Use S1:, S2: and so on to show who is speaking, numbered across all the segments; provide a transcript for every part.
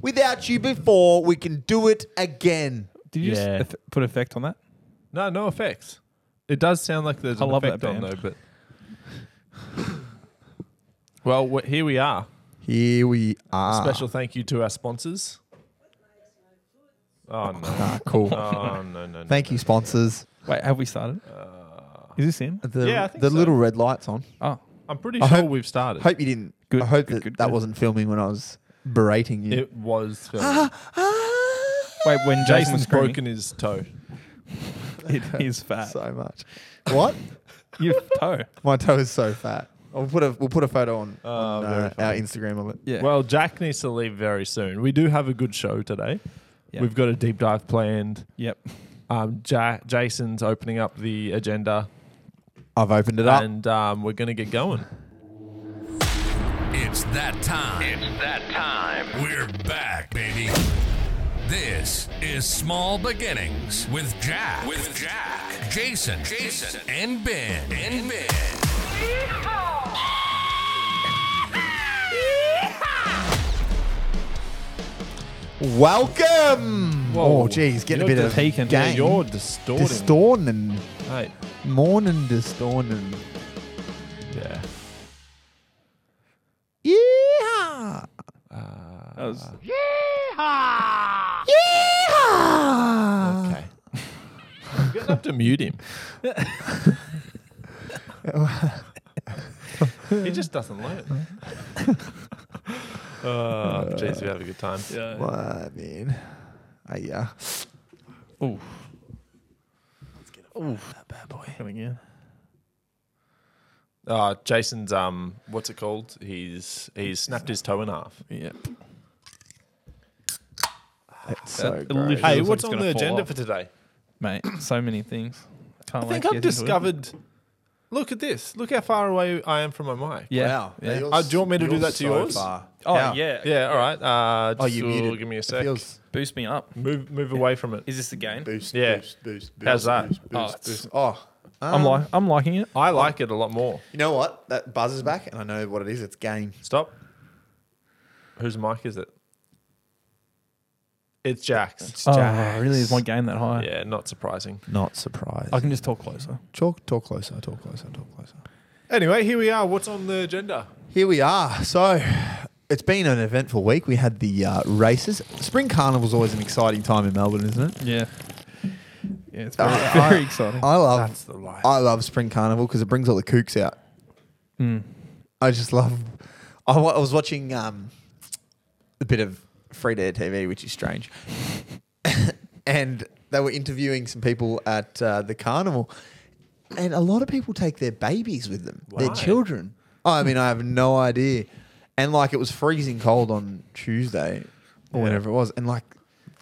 S1: Without you before, we can do it again.
S2: Did you
S3: Yeah.
S2: just eff- put effect on that?
S4: No, no effects. It does sound like there's
S2: I
S4: an
S2: love
S4: effect
S2: that
S4: on
S2: band.
S4: though, but. Well, wh- here we are.
S1: Here we
S4: A
S1: are.
S4: Special thank you to our sponsors. Oh no!
S1: Ah, cool.
S4: Oh no! No! no
S1: Thank you, sponsors.
S2: Wait, have we started? Is this in?
S1: The,
S4: Yeah, I think
S1: the
S4: so.
S1: little red light's on.
S2: Oh,
S4: I'm pretty
S1: I
S4: sure
S1: hope-
S4: we've started.
S1: Hope you didn't.
S2: Good,
S1: I hope
S2: good,
S1: that
S2: good,
S1: that
S2: good.
S1: wasn't filming when I was berating you. Ah,
S4: it was. filmed.
S2: wait. When Jason
S4: Jason's
S2: was screaming,
S4: broken his toe.
S2: it is fat.
S1: so much. What?
S2: Your toe.
S1: My toe is so fat. I'll put a we'll put a photo on, on,
S4: Ah, very
S1: uh, our Instagram of it.
S2: Yeah.
S4: Well, Jack needs to leave very soon. We do have a good show today.
S2: Yeah.
S4: We've got a deep dive planned.
S2: Yep.
S4: Um, ja- Jason's opening up the agenda,
S1: I've opened it up.
S4: and um, we're going to get going.
S5: It's that time.
S6: It's that time.
S5: We're back, baby. This is Small Beginnings with Jack. With Jack. Jason. Jason. And Ben. And Ben.
S1: Welcome.
S4: Whoa.
S1: oh, geez, getting a
S4: You're
S1: bit of
S2: taken.
S4: Yeah,
S1: gang.
S4: you're distorting.
S1: distorting,
S4: Mate.
S1: morning distorting.
S4: Yeah.
S1: Yeah.
S2: That was,
S1: Yeah.
S4: Okay. I'm going to have to mute him. he just doesn't learn. Oh, jeez, we have a good time.
S2: yeah.
S1: What man? Uh, yeah.
S2: Ooh. Ooh. That bad boy coming in.
S4: Uh, Jason's um, what's it called? He's he's snapped his toe in half.
S2: Yep.
S1: It's so gross.
S2: it literally-
S4: Hey,
S2: Feels like it's
S4: what's on
S2: gonna
S4: the
S2: fall
S4: agenda
S2: off.
S4: for today?
S2: Mate, so many things. Can't
S4: I
S2: wait
S4: think
S2: to
S4: I've
S2: get into it.
S4: discovered. Look at this. Look how far away I am from my mic.
S2: Yeah.
S1: Wow.
S2: Yeah.
S1: Now you're
S4: Uh, do you want me to do
S1: you're
S4: that to
S1: so
S4: yours?
S1: far.
S2: Oh
S1: How?
S2: yeah.
S4: Yeah. All right. Uh,
S1: Oh, you
S4: just-
S1: muted.
S4: Give me a
S1: It
S4: sec.
S1: feels
S2: Boost me up.
S4: move move away from it.
S2: Is this the game?
S7: Boost,
S4: Yeah.
S7: boost, boost, boost.
S4: How's that? Oh.
S7: Boost, boost,
S2: Oh, it's-
S7: boost.
S1: oh.
S2: I'm
S1: um,
S2: like I'm liking it.
S4: I like it a lot more.
S1: You know what? That buzzes back, and I know what it is. It's game.
S4: Stop. Whose mic is it? It's Jack's.
S2: Oh, really? Is my game that high?
S4: Yeah, not surprising.
S7: Not surprised.
S2: I can just talk closer.
S7: Talk, talk closer, talk closer, talk closer.
S4: Anyway, here we are. What's on the agenda?
S1: Here we are. So it's been an eventful week. We had the uh, races. Spring Carnival's always an exciting time in Melbourne, isn't it?
S2: Yeah. Yeah, it's very,
S1: Uh,
S2: very
S1: I-
S2: exciting.
S1: I love
S4: That's the life.
S1: I love Spring Carnival because it brings all the kooks out.
S2: Hmm.
S1: I just love. I, wa- I was watching um, a bit of free to air TV, which is strange, and they were interviewing some people at uh, the carnival, and a lot of people take their babies with them, their
S4: Why?
S1: children. Oh, I mean, I have no idea. And like, it was freezing cold on Tuesday or whenever it was, and like,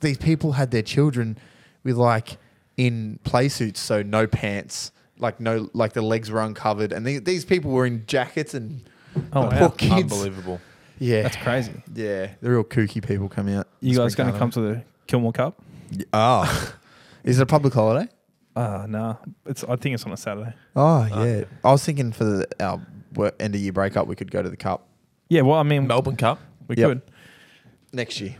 S1: these people had their children with like in play suits, so no pants. Like no, like the legs were uncovered, and the, these people were in jackets and
S2: Oh,
S1: the
S2: wow.
S1: poor kids.
S4: Unbelievable.
S1: Yeah,
S2: That's crazy.
S1: yeah, the real kooky people come out.
S2: You guys
S1: Spring
S2: going to come to the Kilmore Cup?
S1: Carnival. Oh, is it a public holiday?
S2: Uh nah. It's I think it's on a Saturday.
S1: Oh
S2: Uh,
S1: yeah, I was thinking for the, our work, end of year breakup, we could go to the cup
S2: Yeah, well, I mean,
S4: Melbourne Cup.
S2: we
S1: Yep.
S2: could.
S1: next year.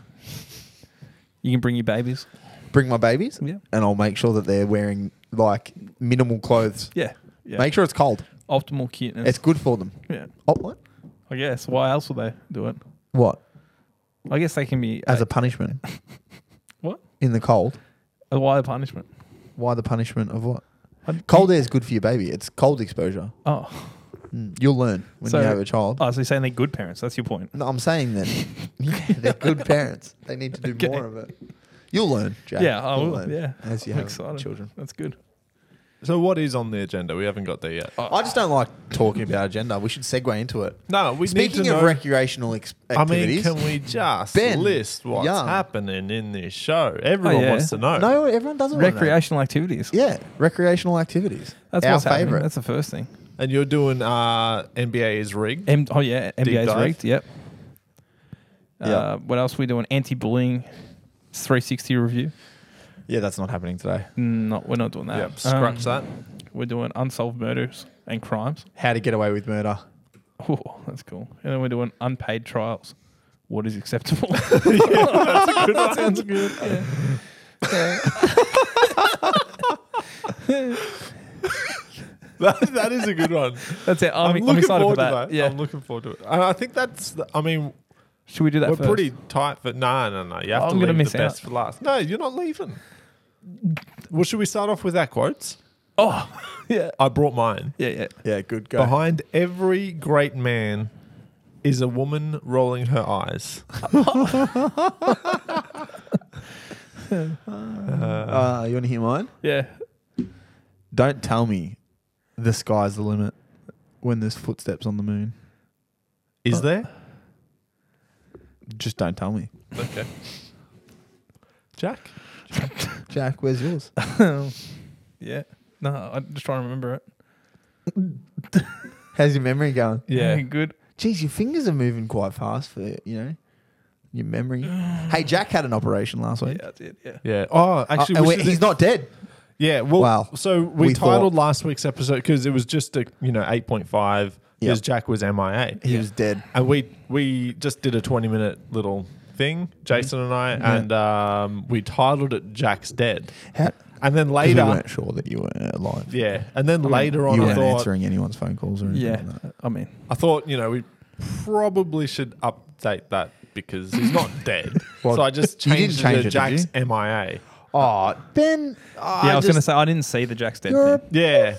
S2: You can bring your babies.
S1: Bring my babies,
S2: Yeah.
S1: and I'll make sure that they're wearing like minimal clothes.
S2: Yeah. Yeah.
S1: Make sure it's cold.
S2: optimal cuteness.
S1: It's good for them.
S2: yeah.
S1: Oh, what?
S2: I guess. Why else would they do it?
S1: What?
S2: I guess they can be
S1: As
S2: uh,
S1: a punishment
S2: what?
S1: in the cold.
S2: A why the punishment?
S1: Why the punishment of what?
S2: I'd-
S1: Cold air is good for your baby. It's cold exposure.
S2: Oh,
S1: Mm, You'll learn when
S2: So-
S1: you have a child.
S2: oh, so you're saying they're good parents? That's your point.
S1: No, I'm saying that they're good parents. They need to do
S2: Okay.
S1: more of it. You'll learn, Jack.
S2: Yeah, I
S1: You'll
S2: will.
S1: learn
S2: yeah,
S1: as you
S2: I'm
S1: have
S2: excited.
S1: children.
S2: That's good.
S4: So what is on the agenda? We haven't got there yet.
S1: I just don't like talking about agenda. We should segue into it.
S4: No, we
S1: Speaking
S4: need to
S1: of
S4: know.
S1: recreational ex-
S4: I mean,
S1: activities,
S4: can we just
S1: Ben
S4: list what's
S1: Young.
S4: happening in this show? Everyone
S2: yeah.
S4: wants to know.
S1: no, everyone doesn't. wanna know.
S2: Recreational activities.
S1: Yeah, recreational activities.
S2: that's
S1: our
S2: what's happening.
S1: favorite.
S2: That's the first thing.
S4: And you're doing uh, NBA is rigged.
S2: M- oh yeah, NBA's
S4: dive.
S2: rigged. Yep.
S1: Yeah.
S2: Uh, what else are we doing? Anti-bullying, 360 review.
S1: yeah, that's not happening today.
S2: Not we're not doing that.
S4: Yep, scratch
S2: Um,
S4: that.
S2: We're doing unsolved murders and crimes.
S1: How to get away with murder.
S2: Oh, that's cool. And then we're doing unpaid trials. what is acceptable.
S7: Sounds good.
S4: That, that is a good one.
S2: That's it. I'm, I'm,
S4: looking
S2: excited for
S4: forward
S2: that.
S4: to that.
S2: Yeah.
S4: I'm looking forward to it. And I think that's. The, I mean,
S2: Should we do that
S4: we're
S2: first?
S4: pretty tight, but no, no, no. You have
S2: I'm
S4: to
S2: gonna
S4: leave
S2: miss
S4: the best
S2: out.
S4: for last. No, you're not leaving. Well, should we start off with our quotes?
S2: Oh, yeah.
S4: I brought mine.
S2: Yeah, yeah.
S1: Yeah, good go.
S4: Behind every great man is a woman rolling her eyes.
S1: Uh, you want to hear mine?
S2: Yeah.
S1: Don't tell me the sky's the limit when there's footsteps on the moon.
S2: Uh.
S4: Is there?
S1: Just don't tell me.
S4: Okay. Jack?
S1: Jack, where's yours?
S2: Yeah. No, I'm just trying to remember it.
S1: How's your memory going?
S2: Yeah, Good.
S1: Geez, your fingers are moving quite fast for you know your memory. hey, Jack had an operation last
S2: Yeah,
S1: week.
S2: I did. Yeah.
S4: Yeah. Oh,
S1: Uh,
S4: actually,
S1: and
S4: we
S1: we-
S4: should-
S1: he's not dead.
S4: Yeah. Well,
S1: Wow.
S4: so we,
S1: We thought-
S4: titled last week's episode because it was just a you know eight point five because
S1: Yep.
S4: Jack was MIA,
S1: He was dead.
S4: and we we just did a twenty minute little thing, Jason and I, and um, we titled it Jack's Dead,
S1: How,
S4: and then
S1: 'cause we
S4: later,
S1: weren't sure that you were alive.
S4: yeah, and then later on,
S1: you
S4: I
S1: weren't
S4: thought
S1: answering anyone's phone calls or anything.
S2: Yeah.
S1: like that.
S2: I mean,
S4: I thought you know we probably should update that because he's not dead, so I just
S1: you didn't
S4: changed
S1: change it,
S4: it to
S1: did
S4: Jack's
S1: you?
S4: MIA.
S1: Oh, Ben.
S2: yeah. I, was going to say I didn't see the Jack's dead
S1: You're a
S2: thing.
S4: Yeah,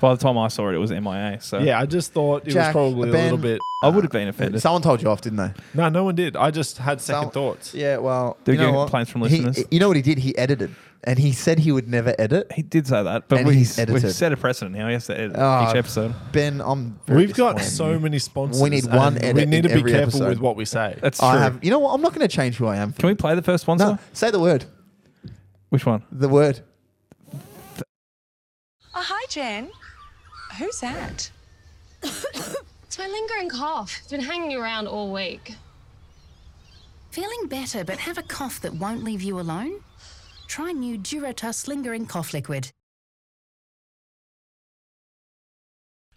S2: By the time I saw it, it was MIA. So
S4: yeah. I just thought it
S1: Jack,
S4: was probably a little
S1: Ben.
S4: bit.
S2: I would have been offended.
S1: Someone told you off, didn't they?
S4: No, no one did. I just had second
S1: Some-
S4: thoughts.
S1: Yeah, well,
S2: Did we
S1: you know
S2: get
S1: what?
S2: complaints from
S1: He-
S2: listeners?
S1: you know what he did? He edited, and he said he would never edit.
S2: He did say that, but
S1: And
S2: we,
S1: he's
S2: we've
S1: edited.
S2: set a precedent now. He has to edit
S1: Ah,
S2: each episode.
S1: Ben, I'm. very
S4: We've got
S1: disappointed
S4: so
S1: in you.
S4: many sponsors.
S1: We need one
S4: and We
S1: edit
S4: need
S1: in
S4: to be
S1: every
S4: careful
S1: episode.
S4: with what we say.
S2: That's
S1: I
S2: true.
S1: have. You know what? I'm not going to change who I am. for
S2: Can we play the first one?
S1: No,
S2: sir?
S1: say the word.
S2: Which one?
S1: The word.
S3: Oh, hi, Jen. Who's that?
S6: It's my lingering cough. It's been hanging around all week.
S8: Feeling better, but have a cough that won't leave you alone? Try new Duratus Lingering Cough Liquid.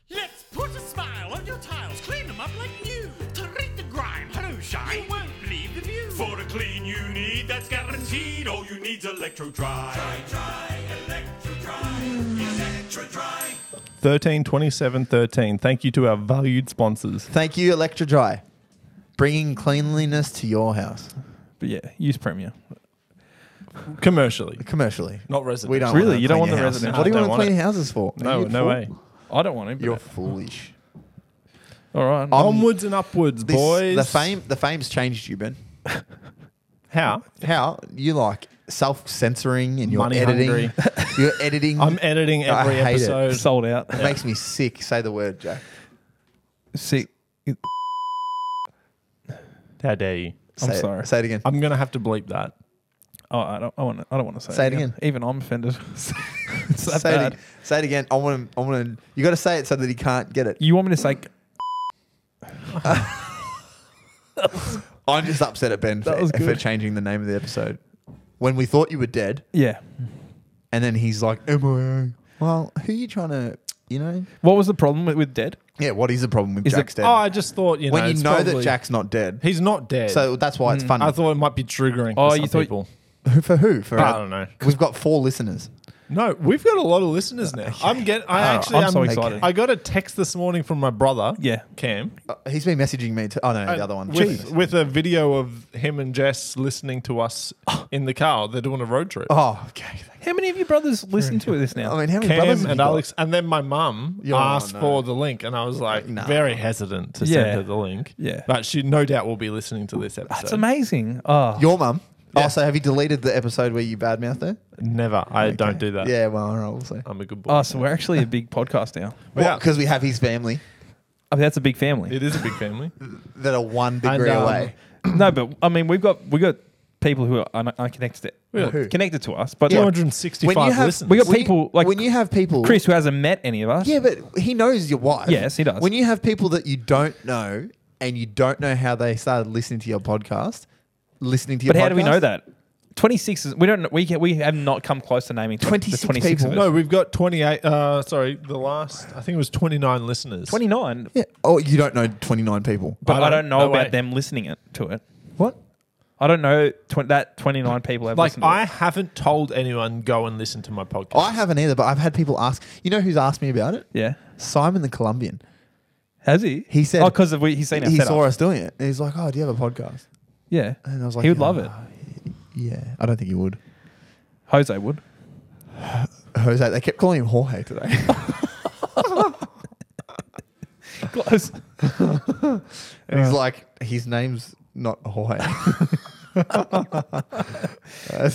S9: Let's put a smile on your tiles, clean them up like new. To rid the grime, hello shine, you won't leave the view. For the clean you need, that's guaranteed. All you need's Electro Dry. Dry, dry, Electro Dry, Electro Dry.
S4: 13, 27, 13. Thank you to our valued sponsors.
S1: Thank you, Electra Dry, bringing cleanliness to your house
S2: But yeah, use Premier.
S4: Commercially.
S1: commercially.
S4: Not residential.
S1: We don't
S2: Really?
S1: wanna
S2: You
S1: clean
S2: don't want
S1: your
S2: the
S1: house.
S2: residential?
S1: What do you
S4: I
S1: want
S4: don't
S1: to
S4: want
S1: clean
S4: it.
S1: your houses for? Are
S4: No,
S1: you a
S4: no
S1: fool?
S4: way.
S2: I don't want to. But
S1: You're foolish.
S2: all right.
S4: Onwards and upwards,
S1: This-
S4: boys.
S1: the fame, the fame's changed you, Ben.
S4: How?
S1: How you like self-censoring and you're
S4: Money
S1: editing? you're editing.
S4: I'm
S2: e-
S4: editing
S1: I
S4: every
S1: hate it.
S4: episode.
S2: sold out.
S1: It makes me sick. Say the word, Jack.
S2: See,
S4: How dare you?
S2: I'm
S1: Say it-
S2: sorry.
S1: Say it again.
S4: I'm going to have to bleep that.
S2: oh, I don't. I want. to- I don't want to say.
S1: Say it
S2: it
S1: again.
S2: Even I'm offended. it's that
S1: say, It,
S2: bad.
S1: ag- say it again. I want to. I want to. You got to say it so that he can't get it.
S2: You want me to say?
S1: I'm just upset at Ben for,
S2: was
S1: for
S2: good.
S1: changing the name of the episode when we thought you were dead,
S2: Yeah.
S1: and then he's like, "MIA." Well, who are you trying to? You know?
S2: What was the problem with, with dead?
S1: Yeah. What is the problem with
S2: Is it-
S1: Jack's dead?
S4: Oh, I just thought, you know.
S1: when
S4: it's
S1: you know that
S4: probably-
S1: Jack's not dead,
S4: He's not dead.
S1: so that's why it's funny.
S4: I thought it might be triggering
S2: Oh,
S4: for some
S2: you thought-
S4: people.
S1: for who? For
S4: I don't know.
S1: We've got four listeners.
S4: No, we've got a lot of listeners now. I'm getting. I
S2: Oh,
S4: actually.
S2: I'm so
S4: am-
S2: excited.
S4: I got a text this morning from my brother.
S2: Yeah.
S4: Cam.
S1: Uh, he's been messaging me. To, oh no, the other one.
S4: With,
S1: Jeez.
S4: with a video of him and Jess listening to us in the car. They're doing a road trip.
S1: Oh, okay.
S2: How many of you brothers listen to this now?
S1: I mean, how many brothers
S4: Cam
S1: have
S4: and
S1: you got?
S4: Alex, and then my mum
S1: Yeah,
S4: asked
S1: no.
S4: for the link, and I was like
S1: No.
S4: very hesitant to
S2: Yeah.
S4: send her the link.
S2: Yeah.
S4: but she no doubt will be listening to this episode.
S2: That's amazing. Oh,
S1: Your mum. Oh, so have you deleted the episode where you badmouthed her?
S4: Never, I don't do that.
S1: Yeah, well, all right, we'll see.
S4: I'm a good boy.
S2: oh, so we're actually a big podcast now.
S4: Yeah.
S1: Because we have his family
S2: I mean, that's a big family.
S4: It is a big family.
S1: that are one degree
S4: um,
S1: away.
S2: no, but I mean, we've got we got people who are un- unconnected
S1: Who?
S2: connected to us, but
S1: Yeah.
S2: like,
S4: 265
S1: When you have-
S4: listeners.
S2: we got
S1: When you-
S2: people like
S1: when you have people-
S2: Chris who hasn't met any of us.
S1: Yeah, but he knows your wife.
S2: Yes, he does.
S1: When you have people that you don't know and you don't know how they started listening to your podcast, listening to your
S2: but how do we
S1: podcast,
S2: know that? Twenty six is we don't know- we can, we have not come close to naming twenty
S1: 26
S2: twenty six
S1: people.
S4: No, we've got 28. Uh, sorry, the last, I think it was 29 listeners.
S2: twenty nine.
S1: Yeah. Oh, you don't know 29 people.
S2: But I don't, know
S4: no
S2: about
S4: way.
S2: them listening it to it.
S1: What?
S2: I don't know tw- that twenty nine people have
S4: Like,
S2: listened. to
S4: I
S2: it.
S4: haven't told anyone go and listen to my podcast.
S1: I haven't either, but I've had people ask. You know who's asked me about it?
S2: yeah,
S1: Simon the Colombian.
S2: has he?
S1: He said-
S2: oh because we he's seen our
S1: He
S2: setup.
S1: saw us doing it. And he's like, oh, do you have a podcast?
S2: Yeah,
S1: And I was like,
S2: he would
S1: "Yeah,
S2: love it.
S1: Yeah. I don't think he would.
S2: Jose would.
S1: Jose, they kept calling him Jorge today.
S2: Close.
S1: and he's like, his name's not Jorge. That's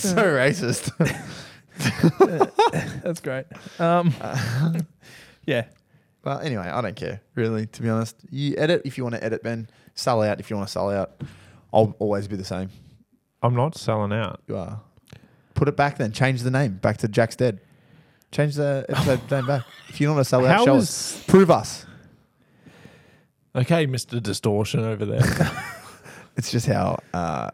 S1: so racist.
S2: That's great. Um, yeah.
S1: Well, anyway, I don't care really. To be honest, you edit if you want to edit, Ben. Sell out if you want to sell out. I'll always be the same.
S4: I'm not selling out.
S1: You are. Put it back then. Change the name back to Jack's Dead. Change the episode name back. If you want to sell out,
S4: How
S1: show
S4: is-
S1: us. Prove us.
S4: Okay, Mr. Distortion over there.
S1: It's just how uh,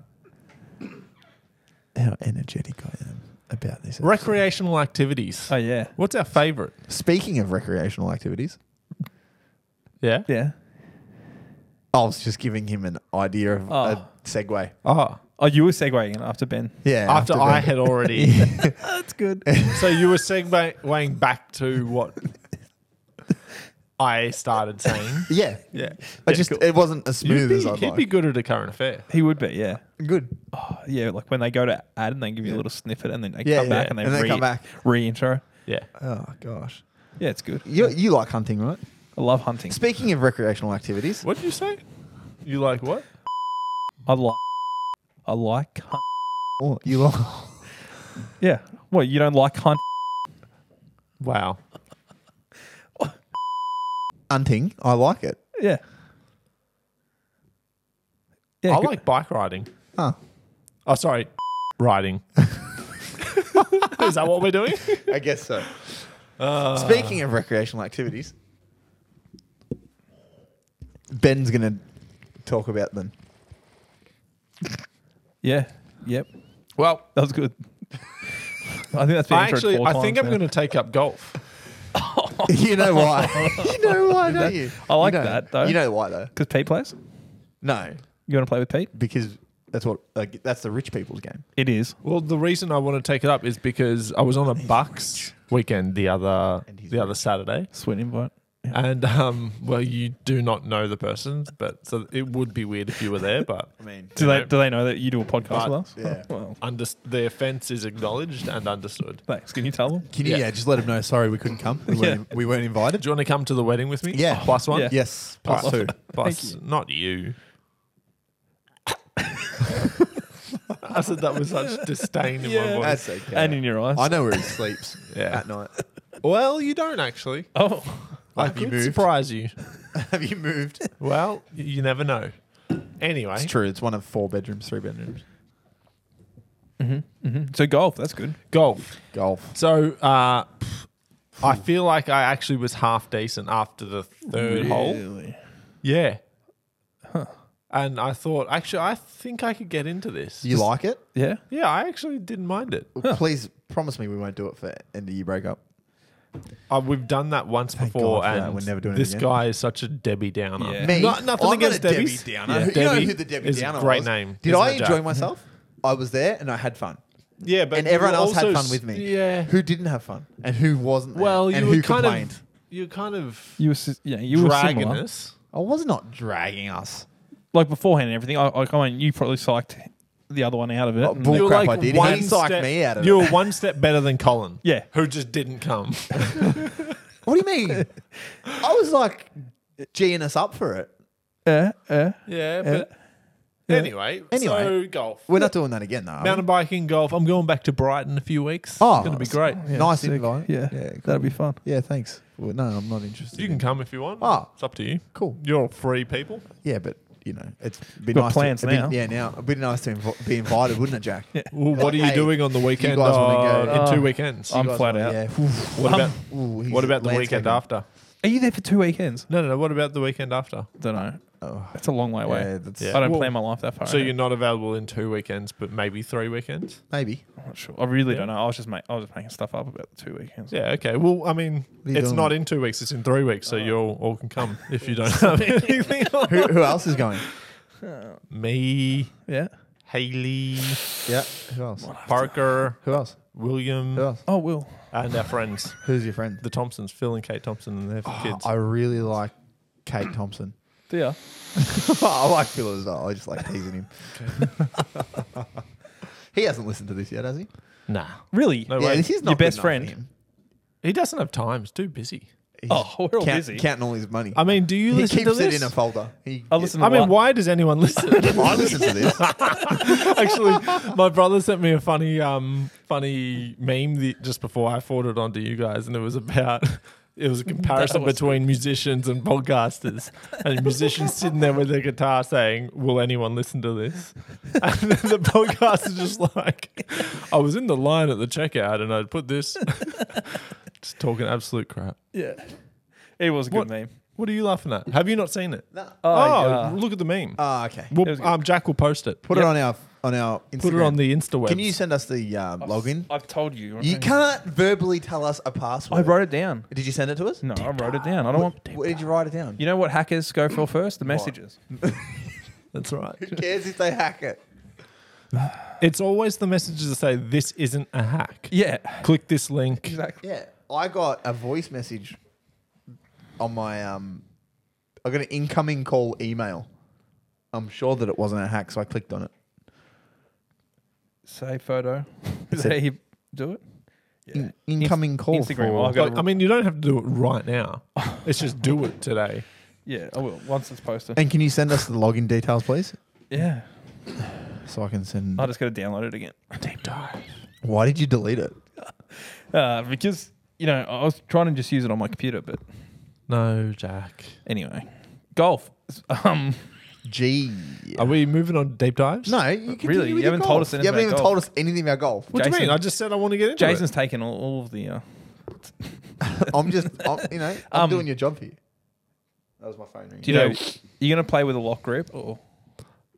S1: how energetic I am about this.
S4: Recreational activities.
S2: Oh yeah.
S4: What's our favorite?
S1: Speaking of recreational activities,
S4: Yeah.
S2: Yeah.
S1: I was just giving him an idea of
S2: Oh.
S1: a segue.
S4: Oh,
S2: Oh, you were segueing after Ben.
S1: Yeah.
S4: after, I
S1: Ben-
S4: had already.
S2: That's good.
S4: so you were segueing back to what I started saying.
S1: Yeah.
S4: Yeah.
S1: I just it wasn't as
S4: You'd
S1: smooth
S4: be,
S1: as I'd
S4: he'd be
S1: like.
S4: good at a current affair.
S2: He would be, yeah.
S1: Good.
S2: Yeah, like when they go to ad and they give you a little snippet and then they
S1: Yeah,
S2: come
S1: yeah.
S2: back and they,
S1: And they
S2: re-
S1: come back.
S2: re-intro.
S4: Yeah.
S1: Oh gosh.
S2: Yeah, it's good.
S1: You you like hunting, right?
S2: I love hunting.
S1: Speaking of recreational activities,
S4: What did you say? You like what?
S2: I like I like hunt.
S1: oh, you like
S2: Yeah. Well, you don't like hunt.
S4: Wow.
S1: hunting. I like it.
S2: Yeah. Yeah,
S4: I
S2: good.
S4: like bike riding.
S1: Huh.
S4: Oh, sorry, riding. Is that what we're doing?
S1: I guess so. Speaking of recreational activities, Ben's gonna talk about them.
S2: Yeah. Yep.
S4: Well,
S2: That was good. I think that's been
S4: I
S2: introed
S4: actually,
S2: four
S4: I think
S2: times
S4: I'm
S2: now.
S4: going to take up golf.
S1: you know why? you know why, don't you?
S2: I like
S1: You know-
S2: that, though.
S1: You know why though?
S2: Because Pete plays.
S1: No,
S2: You want to play with Pete?
S1: because that's what like, that's the rich people's game.
S2: It is.
S4: Well, the reason I want to take it up is because I was on a Bucks weekend the other
S1: And he's
S4: the other Saturday,
S2: Sweet invite.
S4: and um, well, you do not know the person, but so it would be weird if you were there, but.
S1: I mean,
S2: Do they do they know that you do a podcast
S4: But-
S2: with us?
S1: yeah.
S2: Well,
S4: Under- the offence is acknowledged and understood.
S2: thanks. Can you tell them?
S1: can you? Yeah.
S4: Yeah.
S1: just let them know. Sorry, we couldn't come. We weren't, we weren't invited.
S4: Do you want to come to the wedding with me?
S1: Yeah.
S4: Plus one?
S2: Yeah.
S1: Yes, plus
S4: Plus,
S1: two.
S4: plus not you. I said that with such disdain in
S2: Yeah.
S4: my voice.
S1: That's okay.
S2: And in your eyes.
S1: I know where he sleeps
S4: Yeah.
S1: at night.
S4: Well, you don't actually.
S2: Oh,
S4: I
S1: Have you
S4: could
S1: moved?
S4: surprise you.
S1: Have you moved?
S4: Well, y- you never know. Anyway,
S1: It's true. It's one of four bedrooms, three bedrooms.
S2: so golf. That's good.
S4: golf.
S1: Golf.
S4: So uh, I feel like I actually was half decent after the third hole. Yeah. And I thought, actually, I think I could get into this.
S1: Do you like it?
S2: Yeah.
S4: Yeah, I actually didn't mind it.
S1: Please promise me we won't do it for end of year breakup.
S4: Uh, we've done that once before,
S1: God for
S4: and
S1: that. We're never doing it
S4: this
S1: again.
S4: guy is such a Debbie Downer.
S2: Yeah.
S1: Me?
S4: Not- nothing
S1: I'm
S4: against
S1: not a
S4: Debbie's.
S1: Debbie Downer.
S4: Yeah,
S1: Who- you
S4: Debbie
S1: know who the Debbie
S4: is a
S1: Downer
S4: great
S1: was?
S4: name,
S1: Did
S4: isn't
S1: I
S4: it,
S1: enjoy
S4: Jack?
S1: myself? I was there and I had fun.
S4: Yeah, but
S1: And everyone
S4: you
S1: else had
S4: also
S1: fun
S4: s-
S1: with me.
S4: Yeah.
S1: Who didn't have fun and who wasn't? there
S4: Well,
S1: and
S4: you were
S1: who
S4: kind
S1: complained.
S4: of you were kind of
S2: You were. si- Yeah. You
S4: dragging
S2: were similar.
S4: us.
S1: I was not dragging us.
S2: Like beforehand and everything. I, I, I mean, you probably psyched the other one out of it.
S1: Oh, bull
S4: You were
S1: crap!
S4: like
S1: I did. He
S4: one
S1: psyched
S4: step,
S1: me out of
S4: You
S1: it.
S4: were one step better than Colin.
S2: Yeah.
S4: who just didn't come.
S1: What do you mean? I was like geeing us up for it.
S2: yeah. Yeah.
S4: yeah, but anyway,
S1: Anyway.
S4: so golf,
S1: We're not doing that again, though. are we?
S4: mountain biking, golf. I'm going back to Brighton in a few weeks.
S1: Oh,
S4: it's gonna be great.
S1: nice
S2: sick.
S1: invite.
S2: Yeah.
S1: Yeah, cool.
S2: That'll be fun.
S1: Yeah, thanks. Well, no, I'm not interested.
S4: You can come if you want.
S1: Oh.
S4: it's up to you.
S1: Cool.
S4: You're all free people.
S1: Yeah, but you know, it's been
S2: Got
S1: nice.
S2: plans
S1: to, it'd
S2: now.
S1: Be, yeah, now it'd be nice to inv- be invited, wouldn't it, Jack? yeah.
S4: Well, what are you
S1: Hey,
S4: doing on the weekend?
S1: guys wanna
S4: uh,
S1: go? um,
S4: in two
S2: Oh,
S4: weekends.
S2: I'm flat out.
S1: yeah. Oof.
S4: What about
S1: Ooh, he's
S4: what about the
S1: landscaping.
S4: weekend after?
S2: Are you there for two weekends?
S4: No, no, no. What about the weekend after?
S2: Don't know. That's a long way away.
S1: Yeah, that's-
S2: I don't
S4: Well,
S2: plan my life that far.
S4: So
S2: ahead.
S4: you're not available in two weekends, but maybe three weekends.
S1: Maybe.
S2: I'm not sure. I really don't know. I was just make, I was just making stuff up about the two weekends.
S4: Yeah. Okay. Well, I mean,
S1: are you
S4: it's
S1: doing? Oh.
S4: not in two weeks. It's in three weeks. So you all, all can come if you don't have anything. on.
S1: Who, who else is going?
S4: Me,
S2: Yeah.
S4: Haley,
S1: Yeah. Who else?
S4: Parker,
S1: Who else? Who
S4: William,
S1: else?
S2: Oh, Will.
S4: and our friends,
S1: Who's your friend?
S4: the Thompsons, Phil and Kate Thompson, and their kids.
S1: Oh, I really like Kate Thompson.
S2: Yeah.
S1: I like Phil as well. I just like teasing him. he hasn't listened to this yet, has he?
S4: nah.
S2: Really?
S4: No
S1: yeah,
S4: way.
S1: this is not
S2: your
S1: good
S2: best
S1: enough for
S2: friend.
S1: him.
S4: He doesn't have time. He's too busy.
S2: Oh, we're all
S1: Count-
S2: busy.
S1: Counting all his money.
S4: I mean, do you
S1: he
S4: listen
S1: keeps
S4: to this?
S1: it in a folder. He,
S2: I listen.
S4: I mean,
S2: why?
S4: why does anyone listen?
S1: I listen to this.
S4: Actually, my brother sent me a funny, um, funny meme the, just before I forwarded it on to you guys, and it was about it was a comparison
S2: was
S4: between musicians and podcasters, and musicians sitting there with their guitar saying, "Will anyone listen to this?" And then the podcaster just like, "I was in the line at the checkout, and I'd put this." just talking absolute crap.
S2: Yeah. It was a good
S4: What-
S2: meme.
S4: What are you laughing at? Have you not seen it?
S1: No.
S4: Oh,
S2: yeah.
S4: look at the meme.
S1: Ah, okay.
S4: We'll-
S2: It was good.
S4: um, Jack will post it.
S1: Put it on our on our Instagram.
S4: Put it on the Insta web.
S1: Can you send us the um, login?
S2: I've told you.
S1: You can't verbally tell us a password.
S2: I wrote it down.
S1: Did you send it to us?
S2: No, I wrote it down. I don't want.
S1: Where did you write it down?
S2: You know what hackers go for first? The messages.
S4: That's right.
S1: Who cares if they hack it?
S4: It's always the messages that say this isn't a hack.
S2: Yeah.
S4: Click this link.
S2: Exactly.
S1: Yeah, I got a voice message on my um. I got an incoming call email. I'm sure that it wasn't a hack, so I clicked on it.
S2: Say photo. Is that how you do it?
S1: In- incoming call.
S2: Instagram,
S1: for-
S2: I've got
S4: Like, I mean, you don't have to do it right now. It's just do it today.
S2: Yeah, I will. Once it's posted.
S1: and can you send us the login details, please,
S2: Yeah.
S1: so I can send?
S2: I just got to download it again. Deep dive.
S1: Why did you delete it?
S2: Uh, because, you know, I was trying to just use it on my computer, but
S4: No, Jack.
S2: anyway. Golf. Um,
S1: Gee.
S4: Are we moving on to deep dives?
S1: No, Uh, you continue
S2: Really?
S1: with
S2: You
S1: your
S2: haven't told
S1: golf.
S2: us anything
S1: You haven't
S2: about
S1: even
S2: golf.
S1: told us anything about golf.
S4: What do you
S2: Jason-
S4: mean? I just said I want to get into
S2: Jason's
S4: it.
S2: taken all, all of the. Uh,
S1: I'm just, I'm, you know, I'm
S2: Um,
S1: doing your job here. That was my phone ringing.
S2: do you know, you're going to play with a lock grip or.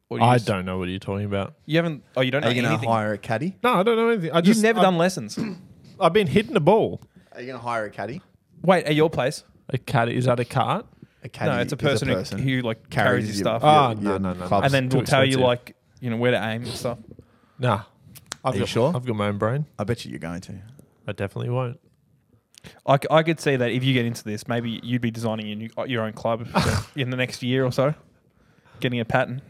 S2: or you
S4: I
S2: just-
S4: don't know what you're talking about.
S2: You haven't. Oh, you don't know
S1: Are you going to
S2: anything.
S1: hire a caddy?
S4: No, I don't know anything. I
S2: You've
S4: just
S2: never
S4: I've,
S2: done lessons.
S4: I've been hitting a ball.
S1: Are you going to hire a caddy?
S2: Wait, at your place?
S4: A cat is that a cart?
S1: A caddy
S2: No, it's a
S1: is
S2: person, Who, who like carries, your stuff,
S4: Ah,
S1: your-
S4: no,
S1: your
S4: no, no, no.
S1: clubs.
S2: and then
S4: too
S2: will tell you
S4: expensive.
S2: like you know where to aim and stuff.
S4: Nah. I've
S1: you
S4: got,
S1: sure?
S4: I've got my own brain.
S1: I bet you you're going to.
S4: I definitely won't.
S2: I, c- I could see that if you get into this, maybe you'd be designing your new, uh, your own club in the next year or so, getting a pattern.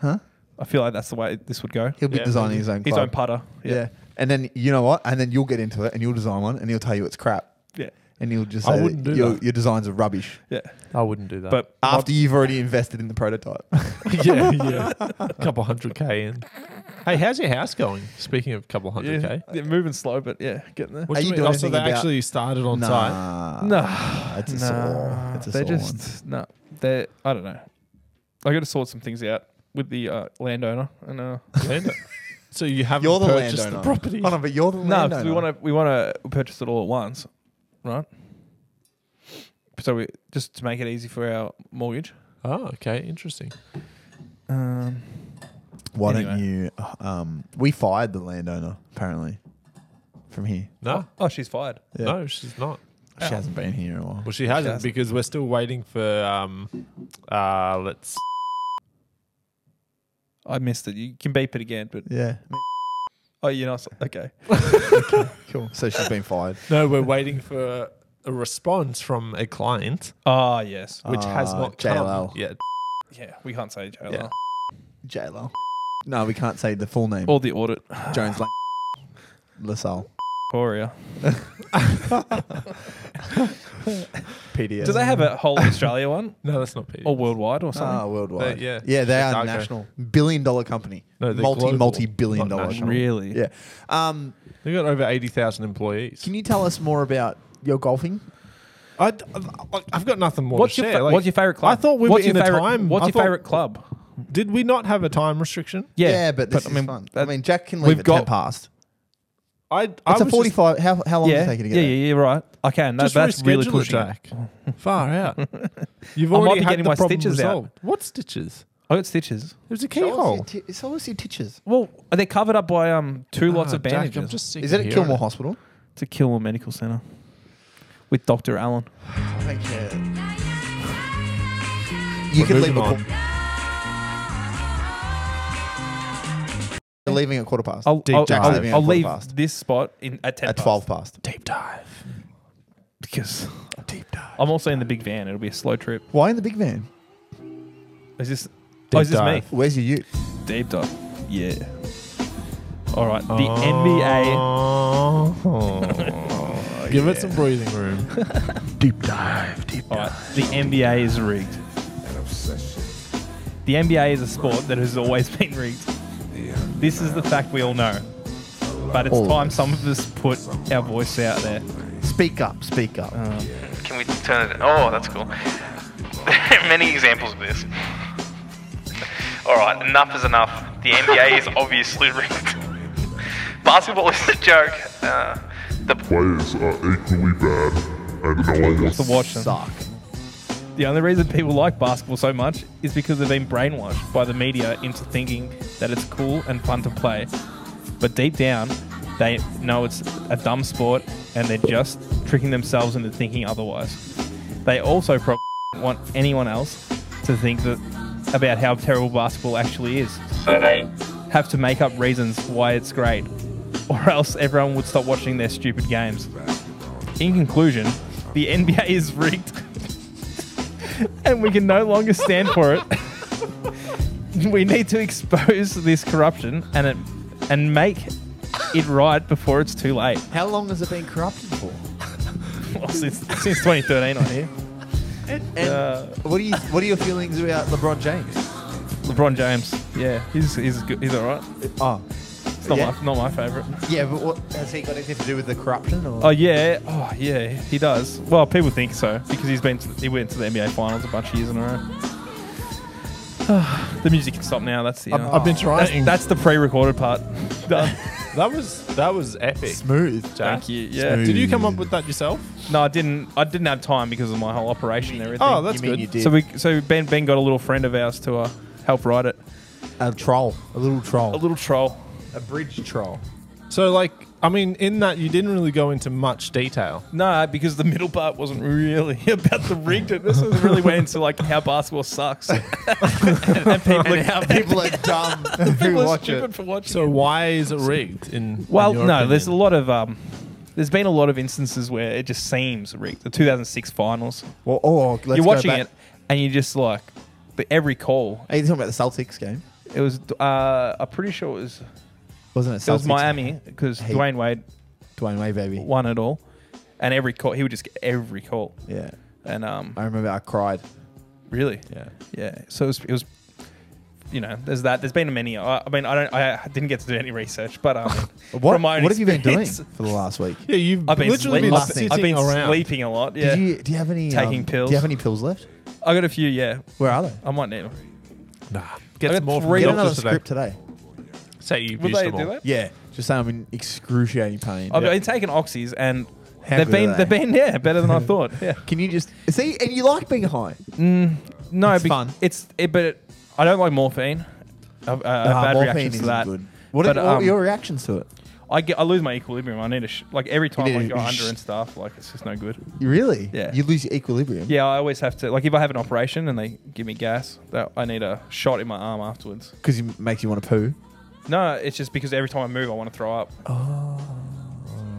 S1: Huh?
S2: I feel like that's the way this would go.
S1: He'll be
S4: Yeah,
S1: designing his own
S2: His
S1: club.
S2: own putter.
S1: Yeah. And then you know what? And then you'll get into it and you'll design one and he'll tell you it's crap.
S2: yeah,
S1: And he'll just
S4: I
S1: say
S4: wouldn't do
S1: your,
S4: that.
S1: your designs are rubbish
S2: yeah.
S4: I wouldn't do that.
S2: But
S1: after you've already invested in the prototype.
S4: yeah, yeah. A couple hundred K in. Hey, how's your house going? Speaking of couple hundred
S2: yeah,
S4: K.
S2: they're moving slow, but yeah, getting there.
S4: What
S1: Are
S4: do
S1: you
S4: you mean?
S1: doing
S4: Oh, so
S1: anything
S4: they
S1: about-
S4: actually started on site.
S2: no,
S1: it's a
S2: no,
S1: sore. It's a
S2: they're
S1: sore
S2: just no. They're I don't know. I got to sort some things out with the uh, landowner and uh,
S4: Land- so you haven't
S1: You're the
S4: purchased
S1: landowner.
S4: the property.
S1: Oh, no, but you're the
S2: No,
S1: landowner.
S2: because we want to we want to purchase it all at once, right? So we just to make it easy for our mortgage.
S4: Oh, okay, interesting.
S2: Um,
S1: Why don't you?
S2: Anyway.
S1: Um, we fired the landowner apparently from here.
S4: No,
S2: oh, she's fired.
S4: no, she's not.
S1: She hasn't been here in a while.
S4: Well, she hasn't
S2: hasn't.
S4: because we're still waiting for. Um, uh, let's.
S2: I missed it. You can beep it again, but
S1: Yeah,
S2: oh, you're not okay.
S1: cool. So she's been fired.
S4: No, we're waiting for a response from a client
S2: Ah, yes.
S4: which has
S1: Uh,
S4: not
S1: JLL.
S4: come yet.
S2: Yeah, we can't say JLR.
S4: Yeah.
S1: JLo. No, we can't say the full name.
S2: Or the audit.
S4: Oh.
S1: Jones Lang. LaSalle.
S2: Victoria.
S1: PDS.
S2: Do they have a whole Australia one
S4: No, that's not Pete.
S2: or worldwide or something?
S1: Ah, worldwide.
S4: They- yeah.
S1: yeah, they are
S4: Chicago.
S1: national, billion-dollar company,
S4: No, they're
S1: multi,
S4: global,
S1: multi-billion
S4: not
S1: dollar.
S4: national.
S2: Really?
S1: Yeah. Um,
S4: they've got over eighty thousand employees.
S1: can you tell us more about your golfing?
S4: I, have got nothing more
S2: What's
S4: to
S2: your
S4: share.
S2: fa-
S4: Like,
S2: What's your favorite club?
S4: I thought we
S2: what's
S4: were in
S2: your
S4: a
S2: favorite,
S4: time.
S2: What's
S4: I
S2: your
S4: thought-
S2: favorite club?
S4: Did we not have a time restriction?
S2: Yeah,
S1: but this is fun. I
S2: that-
S1: mean, Jack can
S2: we've
S1: leave at
S2: got-
S1: ten past.
S4: I, I
S1: It's a
S4: was just-
S1: 45. How, how long
S2: yeah,
S1: does it take you to get
S2: yeah,
S1: there?
S2: yeah, yeah, right. I can. That,
S4: Just
S2: that's really
S4: reschedule it,
S2: pushing. it.
S4: Jack. Far out. You've
S2: I might
S4: already
S2: be
S4: had
S2: getting
S4: the
S2: my
S4: problem
S2: stitches out.
S4: resolved. What stitches?
S2: I got stitches.
S4: It was a
S1: Show us
S4: keyhole.
S1: your ti- Show us your titches.
S2: Well, they're covered up by um two lots
S4: Ah,
S2: of
S4: Jack,
S2: bandages.
S4: I'm just sick
S1: Is
S4: of
S1: it at
S4: hearing
S1: Kilmore Hospital?
S2: It's a Kilmore Medical Centre with Dr. Allen.
S1: I don't care. You could
S4: We're
S1: leave
S4: moving
S1: a
S4: on.
S1: qu- You're leaving at quarter past.
S2: I'll, I'll,
S1: Jack's
S2: I'll-
S1: leaving at
S2: I'll
S1: quarter
S2: leave
S1: past.
S2: this spot in at 10
S1: at
S2: past.
S1: 12 past.
S4: Deep dive.
S2: because
S1: Deep dive.
S2: I'm also in the big van. It'll be a slow trip.
S1: Why in the big van?
S2: Is this?
S4: Deep
S2: oh, is this
S4: dive.
S1: Where's your ute?
S2: me? Deep dive. Yeah. All right. The NBA.
S4: Oh. Give it some breathing room.
S1: Deep dive. Deep
S2: All right. The NBA is rigged. The NBA is a sport that has always been rigged. This is the fact we all know. But it's
S1: All of
S2: time
S1: us.
S2: some of us put our voice out there.
S1: Speak up. Speak up.
S2: Oh,
S10: Can we turn it? Oh, that's cool. There are many examples of this. All right, enough is enough. The NBA is obviously rigged. Basketball is a joke. Uh, the
S7: Players are equally bad, and no one wants
S2: To watch them.
S1: Suck.
S2: The only reason people like basketball so much is because they've been brainwashed by the media into thinking that it's cool and fun to play. But deep down, they know it's a dumb sport and they're just tricking themselves into thinking otherwise. They also probably don't want anyone else to think that about how terrible basketball actually is. So they have to make up reasons why it's great, or else everyone would stop watching their stupid games. In conclusion, the NBA is rigged and we can no longer stand for it. we need to expose this corruption and it, and make it right before it's too late.
S1: How long has it been corrupted for?
S2: Well, since, since 2013, I hear.
S1: And what are you? What are your feelings about LeBron James?
S2: LeBron James, yeah, he's he's good. He's all right.
S1: Oh,
S2: It's not
S1: yeah.
S2: my not my favorite.
S1: yeah, but what has he got anything to do with the corruption? Or?
S2: Oh yeah, oh yeah, he does. Well, people think so because he's been to, he went to the NBA finals a bunch of years in a row. the music can stop now. That's the uh,
S4: I've been trying.
S2: that's, that's the pre-recorded part. Done.
S4: that was that was epic.
S1: smooth.
S4: Jack.
S2: Thank you. Yeah.
S4: Did you come up with that yourself?
S2: No, I didn't. I didn't have time because of my whole operation and everything.
S4: Oh, that's
S1: you mean
S4: good.
S1: you did
S2: so we so Ben Ben got a little friend of ours to uh, help write it.
S1: a troll, a little troll,
S2: A little troll.
S1: a bridge troll.
S4: So like, I mean, in that you didn't really go into much detail.
S2: No, because the middle part wasn't really about the riggedness. It really went into like how basketball sucks and people are,
S1: How people are dumb who
S2: people are
S1: watch
S2: stupid
S1: it.
S2: for watching.
S4: So why is it rigged? In
S2: well,
S4: in
S2: no,
S4: your
S2: there's a
S4: opinion?
S2: lot of um, there's been a lot of instances where it just seems rigged. The 2006 finals,
S1: Well, oh, let's
S2: you're
S1: go
S2: watching
S1: back.
S2: it and you just like, but every call,
S1: Are you talking about the Celtics game?
S2: it was. Uh, I'm pretty sure it was
S1: Wasn't it? Celtics
S2: it was Miami because
S1: Hey.
S2: Dwayne Wade
S1: Dwayne Wade, baby.
S2: won it all, and every call he would just get every call,
S1: Yeah,
S2: and um,
S1: I remember. I cried.
S2: really,
S4: Yeah.
S2: yeah. So it was, it was, you know, there's that. There's been many. I, I mean, I don't, I didn't get to do any research, but um,
S1: What?
S2: from my own
S1: What have you been doing
S2: experience,
S1: for the last week?
S4: Yeah, you've
S2: I've been
S4: literally
S2: sleep-
S4: been
S1: I've been-
S4: sitting
S2: I've been
S4: around.
S2: sleeping a lot. Yeah,
S1: Did you? Do you have any
S2: Taking
S1: um,
S2: pills.
S1: Do you have any pills left?
S2: I got a few. Yeah,
S1: Where are they?
S2: I might need them.
S4: Nah,
S2: I
S4: get
S2: got
S4: some more from
S2: three
S4: the
S1: Get
S2: Pills
S1: another
S4: doctor today.
S1: script today.
S4: Say you've
S2: Would
S4: used
S2: they
S4: them
S2: do
S4: all.
S2: that?
S1: Yeah, just saying I'm in excruciating pain.
S2: I've been taking oxys and.
S1: How
S2: they've
S1: good
S2: been,
S1: are they?
S2: they've been, yeah, better than I thought. Yeah,
S1: Can you just see? And you like being high?
S2: no,
S1: It's
S2: bec-
S1: fun.
S2: It's, it, but it, I don't like morphine. I've, uh,
S1: Ah,
S2: bad
S1: morphine
S2: reactions to
S1: isn't
S2: that.
S1: good. What,
S2: But,
S1: are, what
S2: um,
S1: were your reactions to it?
S2: I get I lose my equilibrium. I need to sh- like every time
S1: need
S2: I
S1: to
S2: go
S1: sh-
S2: under and stuff. Like it's just no good.
S1: You really?
S2: Yeah.
S1: You lose your equilibrium.
S2: Yeah, I always have to like if I have an operation and they give me gas, that I need a shot in my arm afterwards.
S1: Because it makes you want to poo.
S2: No, it's just because every time I move, I want to throw up. Oh.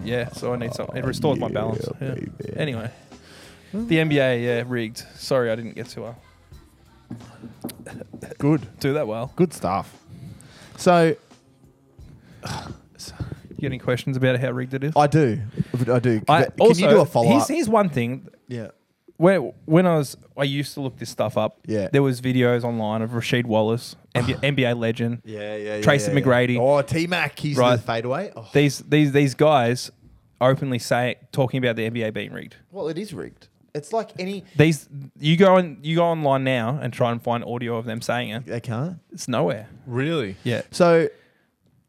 S2: Yeah, so I need something. It restores my balance. Yeah. Anyway, the NBA yeah rigged. Sorry, I didn't get to uh,
S1: Good.
S2: do that well.
S1: Good stuff. So
S2: You got any questions about how rigged it is?
S1: I do. I do.
S2: I-
S1: Can you do a follow
S2: here's-
S1: up?
S2: Here's one thing
S1: Yeah.
S2: when when I was I used to look this stuff up.
S1: Yeah.
S2: there was videos online of Rasheed Wallace, NBA, NBA legend.
S1: Yeah, yeah, yeah.
S2: Tracy
S1: yeah, yeah.
S2: McGrady.
S1: Oh, T Mac. He's
S2: Right.
S1: the fadeaway. Oh,
S2: These these these guys openly say talking about the NBA being rigged.
S1: well, it is rigged. It's like any.
S2: These you go on you go online now and try and find audio of them saying it.
S1: They can't.
S2: It's nowhere.
S4: Really?
S2: Yeah.
S1: So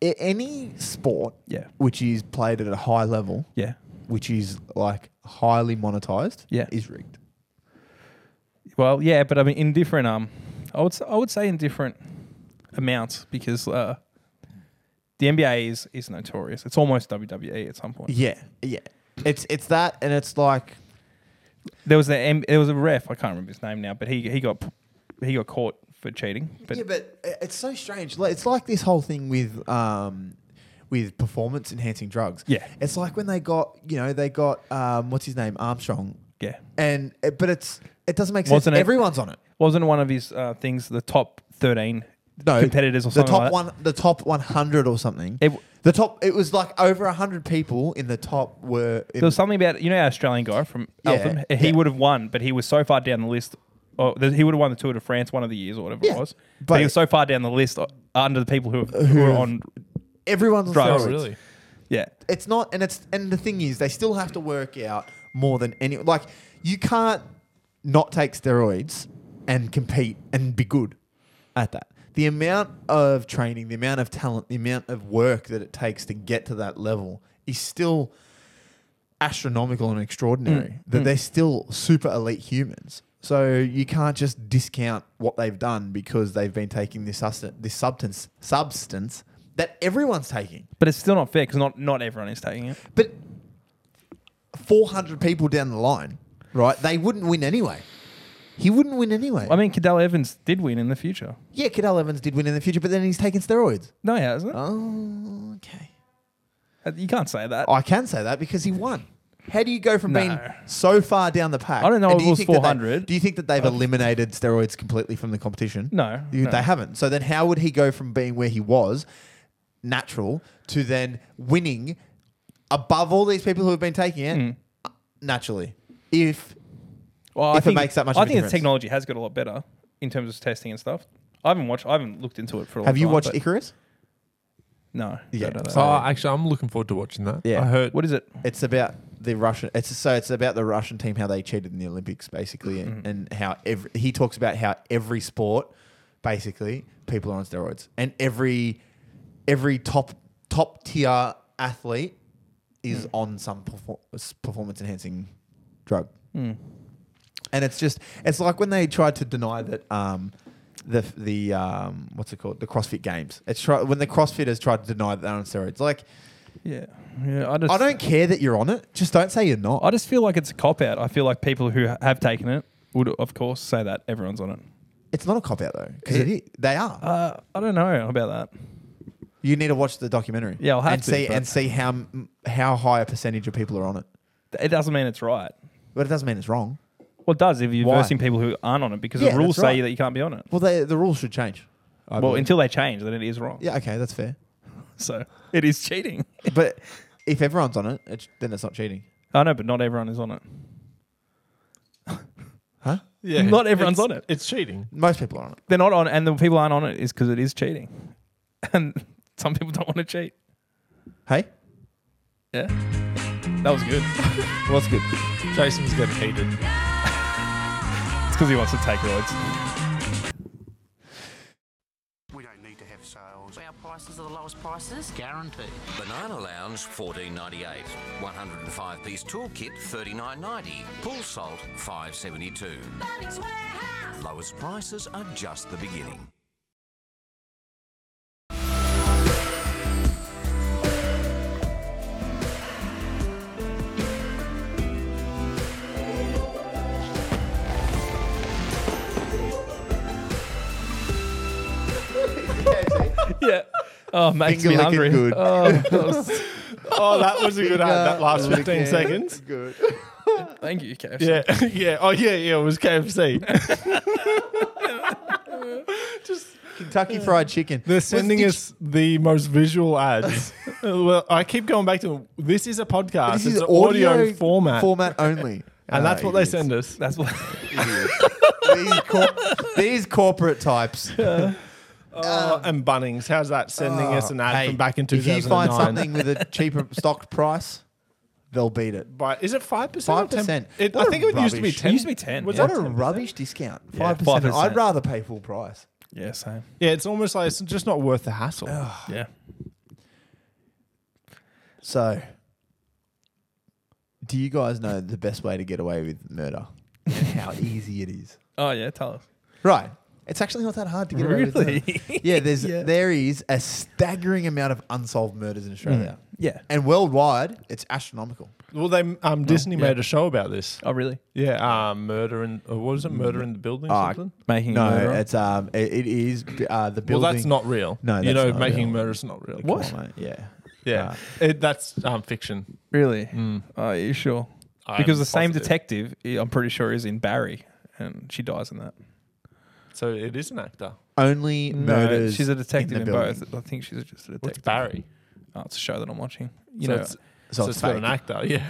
S1: a- any sport
S2: Yeah.
S1: which is played at a high level,
S2: Yeah.
S1: which is like highly monetized,
S2: Yeah.
S1: is rigged.
S2: Well, yeah, but I mean, in different um, I would s- I would say in different amounts because uh, the NBA is is notorious. It's almost WWE at some point.
S1: Yeah, yeah. It's it's that, and it's like
S2: There was a M- there was a ref I can't remember his name now, but he he got p- he got caught for cheating. But
S1: yeah, but i- it's so strange. Like, It's like this whole thing with um, with performance enhancing drugs.
S2: Yeah.
S1: it's like when they got you know they got um, what's his name Armstrong.
S2: Yeah.
S1: and it- but it's it doesn't make sense.
S2: Wasn't it-
S1: Everyone's on it.
S2: wasn't one of his uh, things the top thirteen
S1: No
S2: competitors or
S1: the
S2: something
S1: top
S2: like
S1: one,
S2: that?
S1: the top one hundred or something.
S2: It w-
S1: the top it was like over hundred people in the top were. in-
S2: There was something about you know our Australian guy from
S1: Yeah,
S2: Eltham. He
S1: yeah.
S2: would have won, but he was so far down the list. Oh, th- he would have won the Tour de France one of the years or whatever
S1: Yeah,
S2: it was. But,
S1: but-
S2: he was so far down the list uh, under the people who, who were on.
S1: everyone's on
S2: Drugs.
S1: steroids.
S2: Oh, really? Yeah,
S1: It's not, and it's and the thing is, they still have to work out more than any. Like you can't not take steroids and compete and be good at that. The amount of training, the amount of talent, the amount of work that it takes to get to that level is still astronomical and extraordinary. That they're still super elite humans. So you can't just discount what they've done because they've been taking this susten- this substance substance that everyone's taking.
S2: but it's still not fair because not not everyone is taking it.
S1: But 400 people down the line, right? They wouldn't win anyway. He wouldn't win anyway.
S2: I mean, Cadell Evans did win in the future.
S1: yeah, Cadell Evans did win in the future, but then he's taking steroids.
S2: No, he hasn't.
S1: Oh, okay.
S2: Uh, You can't say that.
S1: I can say that because he won. How do you go from being
S2: No.
S1: so far down the pack?
S2: I don't know
S1: And
S2: if
S1: do
S2: it
S1: you
S2: was
S1: think that they-
S2: 400.
S1: do you think that they've eliminated steroids completely from the competition?
S2: No,
S1: You-
S2: no.
S1: They haven't. So then how would he go from being where he was, natural, to then winning above all these people who have been taking it
S2: Mm.
S1: uh, naturally? If
S2: Well,
S1: if it makes that much
S2: I
S1: of a
S2: think
S1: difference.
S2: the technology has got a lot better in terms of testing and stuff. I haven't watched. I haven't looked into it for a long
S1: Have you
S2: time,
S1: watched
S2: but-
S1: Icarus?
S2: No.
S1: Yeah.
S2: don't know that.
S4: Oh, actually, I'm looking forward to watching that.
S1: Yeah.
S4: I heard.
S2: what is it?
S1: It's about the Russian. It's so it's about the Russian team how they cheated in the Olympics basically, and, and how every he talks about how every sport basically people are on steroids, and every every top top tier athlete is on some performance enhancing drug. And it's just it's like when they tried to deny that um, the the um, what's it called the CrossFit Games. It's try, when the CrossFitters tried to deny that they're on steroids. Like
S2: Yeah. Yeah. I just.
S1: I don't care that you're on it. Just don't say you're not.
S2: I just feel like it's a cop out. I feel like people who have taken it would, of course, say that everyone's on it.
S1: It's not a cop out though, because it, i- they are.
S2: Uh, I don't know about that.
S1: you need to watch the documentary.
S2: Yeah, I'll have
S1: and
S2: to,
S1: see
S2: but-
S1: and see how m- how high a percentage of people are on it.
S2: It doesn't mean it's right.
S1: But it doesn't mean it's wrong.
S2: Well, it does if you're
S1: Why?
S2: versing people who aren't on it because
S1: Yeah,
S2: the rules
S1: that's right.
S2: say that you can't be on it.
S1: Well, they, the rules should change. I
S2: well,
S1: believe.
S2: until they change, then it is wrong.
S1: yeah, okay, that's fair.
S2: So it is cheating.
S1: but if everyone's on it, it's, then it's not cheating.
S2: I know, but not everyone is on it.
S4: Yeah.
S2: Not everyone's
S4: It's-
S2: on it.
S4: It's cheating.
S1: Most people are on it.
S2: They're not on, and the people aren't on it is because it is cheating. And some people don't want to cheat.
S1: Hey,
S2: Yeah. That was good.
S1: well, that's good.
S4: Jason's getting heated.
S2: It's because he wants to take roids.
S11: We don't need to have sales.
S8: Our prices are the lowest prices, guaranteed.
S9: Banana Lounge, fourteen ninety eight. One hundred and five piece toolkit, thirty nine ninety. Pool salt, five seventy two. Lowest prices are just the beginning.
S2: yeah. Oh, makes
S1: Finger
S2: me
S1: licking
S2: hungry.
S1: good.
S2: Oh,
S4: Oh, that was a good ad. That last
S1: Finger
S4: 15
S1: licking
S4: seconds.
S1: Good.
S2: thank you, KFC.
S4: Yeah, yeah. Oh, yeah, yeah. It was KFC.
S1: Kentucky Fried Chicken.
S4: They're
S1: Was-
S4: sending
S1: did
S4: us the most visual ads. Uh, well, I keep going back to this is a podcast.
S1: you-
S4: uh, it's an audio, format,
S1: Format only. Uh,
S4: and that's what they send us.
S2: That's what.
S1: these, cor- these corporate types.
S4: Oh, and Bunnings, how's that sending us an ad
S1: Hey,
S4: from back in
S1: If you
S4: 2009?
S1: find something with a cheaper stock price, they'll beat it.
S4: But is it five percent?
S1: 5%.
S4: I
S1: What a
S4: think it used to be
S1: rubbish.
S4: ten.
S2: It used to be 10,
S4: Was
S2: yeah.
S1: What
S4: that
S1: a
S4: a,
S1: rubbish discount. 5%.
S2: Yeah, 5%.
S1: I'd rather pay full price.
S2: Yeah, same.
S4: yeah, it's almost like it's just not worth the hassle.
S2: Yeah.
S1: So, do you guys know the best way to get away with murder? and how easy it is.
S2: Oh yeah, tell us.
S1: Right. It's actually not that hard to get away with
S2: Really?
S1: murder. Yeah, there's there is a staggering amount of unsolved murders in
S2: Hmm.
S1: Australia.
S2: Yeah.
S1: And worldwide, it's astronomical.
S4: Well, they um, Disney made a show about this.
S2: Oh, really?
S4: Yeah, uh, murder and uh, what is it? Murder in the building? or
S1: Ah,
S4: something?
S1: no, it's um, it, it is uh, the
S4: Well,
S1: building.
S4: that's not real.
S1: No,
S4: you
S1: that's
S4: know,
S1: not
S4: making
S1: real.
S4: murder is not real.
S1: Come on, mate. Yeah,
S4: yeah, it, that's um, fiction.
S2: Really? Oh, Are you sure?
S4: I
S2: because
S4: am
S2: the same
S4: Mm. positive.
S2: detective, I- I'm pretty sure, is in Barry, and she dies in that.
S4: So it is an actor.
S1: Only
S2: No,
S1: murders.
S2: she's a detective
S1: in,
S2: in,
S1: the building.
S2: both. I think she's just a detective.
S4: What's Barry?
S2: Oh, it's a show that I'm watching. You know,
S4: So it's- So so it's it's got fake. an actor, yeah.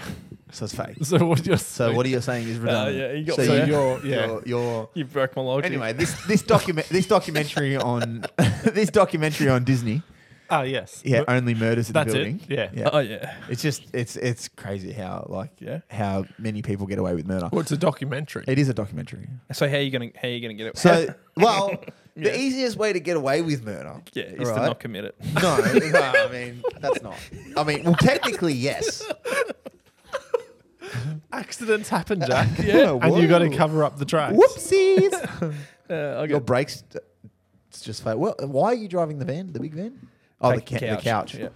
S1: So it's fake.
S4: So what you're
S1: so
S4: saying-
S1: what are you saying is
S2: Uh,
S1: redundant?
S2: yeah, you got
S1: so
S2: me there.
S1: you're,
S2: Yeah.
S1: you're, you're
S2: you broke my logic.
S1: Anyway, this this document this documentary on this documentary on Disney.
S4: Ah, yes.
S1: Yeah,
S4: But-
S1: only murders in
S4: That's it?
S1: the building.
S4: Yeah.
S2: Oh, yeah.
S1: It's just it's it's crazy how like
S2: Yeah.
S1: how many people get away with murder.
S4: Well, it's a documentary.
S1: It is a documentary.
S2: So how are you gonna how you gonna get it?
S1: So well, the easiest way to get away with murder,
S2: yeah, is to
S1: right?
S2: not commit it.
S1: No, no, I mean that's not. I mean, well, technically yes.
S4: Accidents happen, Jack.
S1: Uh, Yeah,
S4: and you got to
S1: whoa.
S4: cover up the tracks.
S1: Whoopsies. Your
S2: okay.
S1: brakes. uh, It's just fake. Well, why are you driving the van, the big van? Oh, the, ca- the
S2: Taking
S1: couch.
S2: Yeah.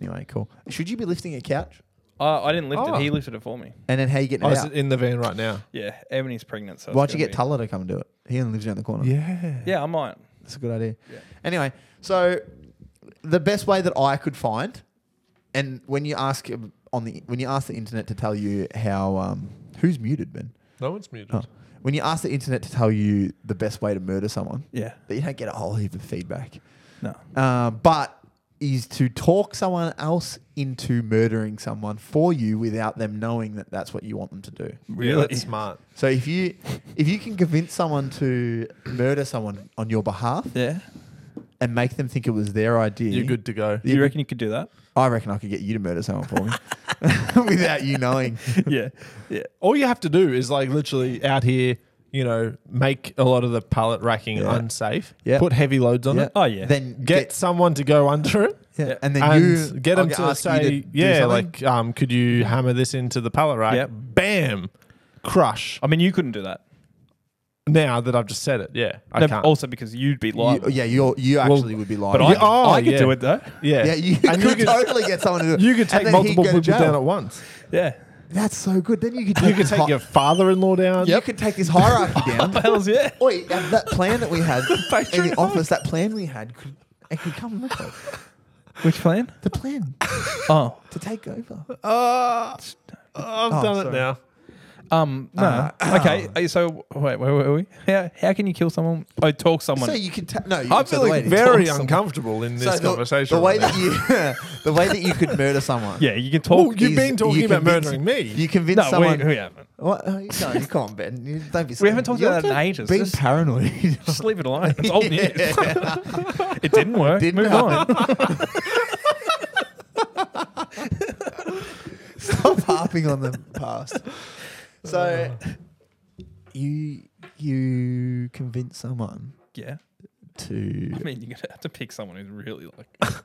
S1: Anyway, cool. Should you be lifting a couch?
S2: Uh, I didn't lift
S4: Oh.
S2: it. He lifted it for me.
S1: And then how you getting
S4: Oh,
S1: it
S4: is
S1: out?
S4: it in the van right now?
S2: Yeah, Ebony's pregnant. So it's
S1: Why'd you
S2: gonna
S1: get
S2: be-
S1: Tuller to come and do it? He only lives down the corner.
S4: Yeah.
S2: Yeah, I might.
S1: That's a good idea.
S2: Yeah.
S1: Anyway, so the best way that I could find, and when you ask um, on the when you ask the internet to tell you how um, who's muted, Ben.
S4: No one's muted.
S1: Oh. When you ask the internet to tell you the best way to murder someone,
S2: Yeah.
S1: that you don't get a whole heap of feedback.
S2: No.
S1: Uh, but is to talk someone else into murdering someone for you without them knowing that that's what you want them to do.
S4: Yeah, that's smart.
S1: So if you if you can convince someone to murder someone on your behalf
S2: Yeah.
S1: and make them think it was their idea,
S4: You're good to go.
S2: Do you reckon you could do that?
S1: I reckon I could get you to murder someone for me without you knowing.
S2: yeah. Yeah.
S4: All you have to do is like literally out here, you know, make a lot of the pallet racking
S1: Yeah.
S4: unsafe.
S1: Yeah.
S4: Put heavy loads on
S1: Yeah.
S4: it.
S2: Oh yeah.
S1: Then
S4: Get,
S1: get,
S4: someone to go under it.
S1: yeah, and then
S4: And
S1: you
S4: get them
S1: I'll
S4: to
S1: ask you
S4: say,
S1: do
S4: yeah,
S1: something.
S4: like, um, could you hammer this into the pallet rack?
S2: Yep.
S4: Bam, crush.
S2: I mean, you couldn't do that.
S4: Now that I've just said it, yeah, I
S2: No,
S4: can't.
S2: Also, because you'd be
S1: You,
S2: liable.
S1: yeah, you you actually would be lying.
S2: But I,
S4: Yeah, oh,
S2: I could
S4: yeah.
S2: do it though.
S4: yeah,
S1: yeah, you could
S4: and you could,
S1: totally get someone to do it.
S4: you could
S1: And
S4: take
S1: then he'd
S4: multiple
S1: go to
S4: people
S1: jail.
S4: down at once.
S2: Yeah.
S1: That's so good. Then you could
S4: You could
S1: this hi-
S4: take your father-in-law down.
S1: you could take this hierarchy down.
S2: Hells yeah.
S1: Oi, that, that plan that we had in the office, that plan we had, could, it could come with it.
S2: Which plan?
S1: The plan
S2: Oh.
S1: to take over.
S4: Uh, I've
S1: Oh,
S4: done it
S1: sorry.
S4: now.
S2: Um. No. okay. uh, So wait. Where were we? How, how can you kill someone? Oh, talk someone.
S1: So you can ta- no. You
S4: I'm
S1: so the way to
S4: feeling very
S1: talk some-
S4: uncomfortable in this
S1: so the-
S4: conversation.
S1: The way
S4: right
S1: that
S4: now.
S1: you, the way that you could murder someone.
S2: yeah. You can talk.
S4: Well, you've
S1: is
S4: been talking about
S1: convince-
S4: murdering me.
S1: You convince
S2: no,
S1: someone.
S2: we, we haven't.
S1: What? Oh, No, you come on, Ben. You, don't be.
S2: We haven't talked
S1: You're
S2: about that in
S1: just
S2: ages.
S1: Being
S2: Just-
S1: paranoid.
S2: Just leave it alone. It's old news. it didn't work.
S1: Didn't
S2: Move on.
S1: Stop harping on the past. So you you convince someone
S2: yeah.
S1: to
S2: I mean, you're gonna have to pick someone who's really like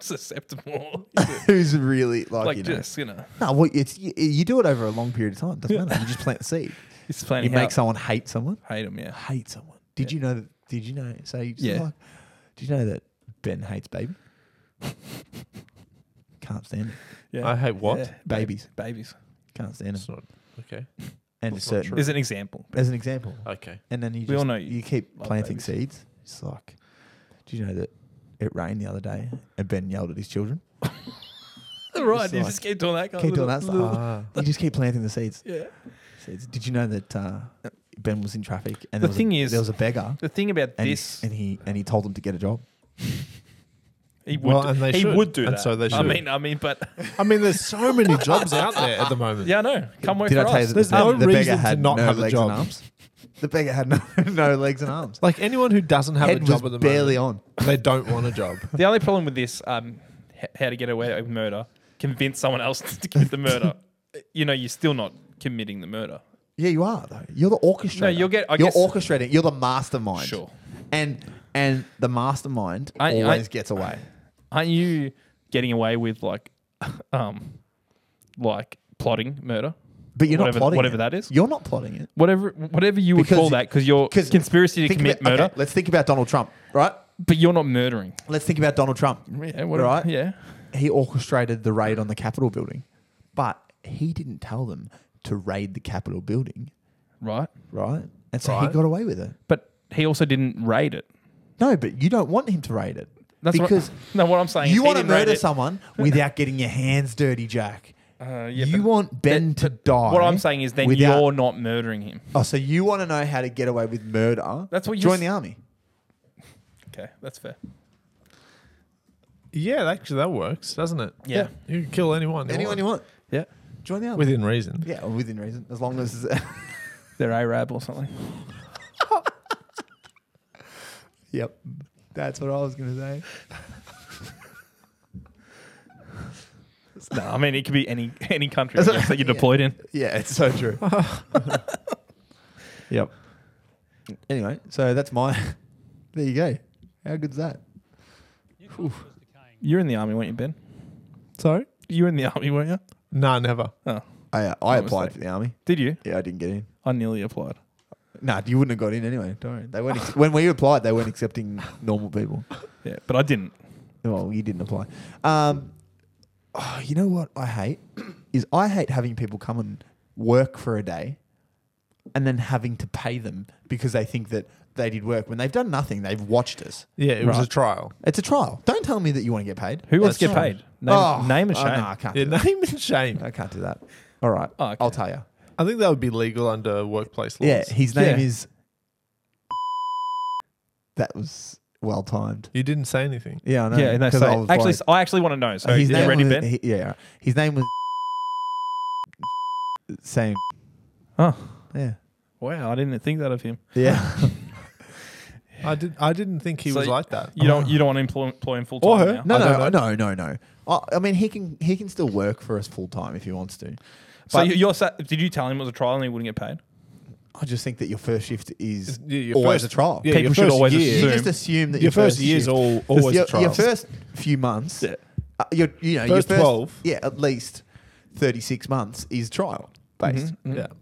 S2: susceptible.
S1: who's really like,
S2: like
S1: you know.
S2: just you know,
S1: No, well, it's you, you do it over a long period of time. Doesn't matter. You just plant the seed.
S2: it's planning.
S1: You make
S2: how-
S1: someone hate someone.
S2: hate him. Yeah.
S1: Hate someone. Did you know that? Did you know? So you just
S2: Yeah.
S1: like, did you know that Ben hates baby? Can't stand it.
S2: Yeah.
S4: I hate what?
S2: Yeah.
S1: Babies.
S2: Babies.
S1: Can't stand it.
S4: It's not okay.
S1: And
S4: that's not
S1: certain,
S4: true.
S2: Is an example.
S1: as an example.
S4: Okay.
S1: And then you
S2: We all
S1: just-
S2: know you
S1: you keep
S2: love
S1: planting
S2: babies.
S1: seeds. It's like, do you know that it rained the other day and Ben yelled at his children?
S2: Right. You
S1: like-
S2: just keep doing that. kind
S1: Keep
S2: of
S1: doing that
S2: little-
S1: stuff.
S4: Ah.
S1: You just keep planting the seeds.
S2: little- Yeah.
S1: seeds. Did you know that uh, Ben was in traffic and there
S2: The
S1: was
S2: thing
S1: a,
S2: is-
S1: there was a beggar
S2: The thing about
S1: and,
S2: this,
S1: he, and he and he told him to get a job.
S2: he would.
S4: Well,
S2: do,
S4: and they
S2: he
S4: should,
S2: would do
S4: and
S2: that.
S4: so they
S2: I
S4: should.
S2: mean, I mean, but
S4: I mean, there's so many jobs out there at the moment.
S2: yeah, no. Come work
S1: Did
S2: for
S1: I tell
S2: us.
S1: you that
S4: There's
S1: the,
S4: no
S1: beggar- the
S4: reason
S1: beggar
S4: to
S1: had
S4: not
S1: no
S4: have a
S1: legs
S4: job.
S1: and arms? The beggar had no, no legs and arms.
S4: Like anyone who doesn't have
S1: Head
S4: a
S1: was
S4: job at the
S1: barely
S4: moment,
S1: on.
S4: they don't want a job.
S2: The only problem with this, um, h- how to get away with murder, convince someone else to commit the murder. you know, you're still not committing the murder.
S1: Yeah, you are though. You're the orchestrator.
S2: you'll get- I
S1: you're
S2: guess-
S1: orchestrating. You're the mastermind.
S2: Sure.
S1: And and the mastermind
S2: I- I-
S1: always gets away.
S2: Aren't you getting away with like um, like plotting murder.
S1: But you're
S2: whatever,
S1: not plotting
S2: whatever
S1: it.
S2: that is.
S1: You're not plotting it.
S2: Whatever, whatever you would
S1: Because-
S2: call that, because you're conspiracy to
S1: Think
S2: commit
S1: about-
S2: murder.
S1: okay, let's think about Donald Trump, right?
S2: But you're not murdering.
S1: Let's think about Donald Trump.
S2: Yeah, whatever,
S1: Right?
S2: yeah.
S1: He orchestrated the raid on the Capitol building, but he didn't tell them to raid the Capitol building,
S2: Right.
S1: right? And so
S2: Right.
S1: he got away with it.
S2: But he also didn't raid it.
S1: No, but you don't want him to raid it.
S2: That's what-
S1: because
S2: no, what I'm saying is
S1: you
S2: he
S1: want to
S2: didn't raid
S1: murder
S2: it.
S1: someone without getting your hands dirty, Jack.
S2: Uh,
S1: you want Ben to die.
S2: What I'm saying is then
S1: without-
S2: you're not murdering him.
S1: Oh, so you want to know how to get away with murder?
S2: That's what you
S1: join
S2: s-
S1: the army.
S2: Okay, that's fair.
S4: Yeah, actually, that works, doesn't it?
S2: Yeah.
S4: You can kill anyone.
S1: Anyone you want,
S2: Yeah.
S1: join the army
S4: Within reason.
S1: Yeah, well, within reason, as long as
S2: They're Arab or something.
S1: Yep. That's what I was going to say.
S2: no, I mean it could be any any country I guess, that you're deployed in.
S1: Yeah, it's so true. yep. Anyway, so that's my. There you go. How good's that?
S2: You're in the army, weren't you, Ben?
S4: Sorry?
S2: You were in the army, weren't you?
S4: No, never.
S2: Oh,
S1: I uh, I
S2: What was
S1: applied
S2: that?
S1: for the army.
S2: did you?
S1: Yeah, I didn't get in.
S2: I nearly applied.
S1: Nah, you wouldn't have got in anyway. Don't worry. They weren't ex- when we applied, they weren't accepting normal people.
S2: Yeah, but I didn't.
S1: Well, Oh, you didn't apply. Um, oh, you know what I hate is I hate having people come and work for a day, and then having to pay them because they think that they did work when they've done nothing. They've watched us.
S4: Yeah, it was a
S2: Right.
S4: trial.
S1: It's a trial. Don't tell me that you want to get paid.
S2: Who wants to
S1: That's
S2: get
S1: trial.
S2: paid? Name-
S1: oh,
S2: name and
S1: oh,
S2: shame.
S1: no, I can't.
S4: Yeah,
S1: do that.
S4: name and shame.
S1: I can't do that. All right,
S2: Oh, okay.
S1: I'll tell you.
S4: I think that would be legal under workplace laws.
S1: Yeah, his name
S2: Yeah.
S1: is. That was well timed.
S4: you didn't say anything.
S1: Yeah, I know.
S2: yeah, no,
S1: 'cause
S2: so
S1: I was
S2: actually,
S1: like-
S2: s- I actually want to know.
S4: Oh,
S2: So, you ready,
S1: was,
S2: Ben?
S1: he- yeah, yeah. His name was same.
S2: oh,
S1: Yeah,
S2: wow! I didn't think that of him.
S1: yeah.
S4: I did. I didn't think he
S2: So
S4: was like that.
S2: You
S1: Oh.
S2: don't. You don't want to employ, employ him full time.
S4: Or her.
S2: Now.
S1: no,
S4: I
S1: no,
S4: don't
S1: no, no, no. I, I mean, he can he can still work for us full time if he wants to.
S2: So
S1: But
S2: you- you're. Sa- did you tell him it was a trial and he wouldn't get paid?
S1: I just think that your first shift is
S4: Yeah, your
S1: always
S4: first-
S1: a trial.
S4: yeah,
S2: People
S4: your
S2: should
S4: first
S2: always
S4: year-
S1: you
S2: assume-
S1: just assume that
S4: Your first year's
S1: shift-
S4: all- always
S1: your,
S4: a trial.
S1: Your first few months,
S2: Yeah.
S1: uh, your, you know,
S4: First
S1: your first
S4: 12.
S1: yeah, at least thirty six months is trial based.
S4: Yeah.
S2: Mm-hmm.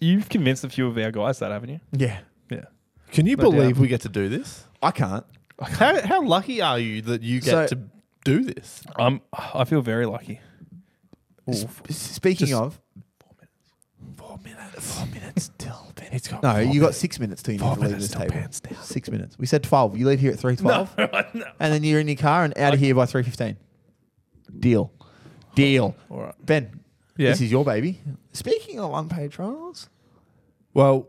S2: You've convinced a few of our guys that, haven't you?
S1: Yeah,
S2: Yeah.
S4: Can you
S2: No doubt.
S4: believe we get to do this?
S1: I can't.
S4: How, how lucky are you that you get
S1: So-
S4: to do this?
S2: Um, I feel very lucky.
S1: S- Speaking
S2: Just-
S1: of,
S4: Four minutes.
S1: four minutes till Ben.
S4: It's got
S1: No,
S4: four
S1: you got
S4: minutes.
S1: six minutes till you
S4: Four
S1: need to leave
S4: minutes
S1: this
S4: till
S1: table.
S4: pants down.
S1: Six minutes. We said twelve. You leave here at three twelve, and then you're in your car and out of here by three fifteen. Deal, deal. All right, Ben.
S4: Yeah.
S1: This is your baby. Speaking of unpaid trials,
S4: Well,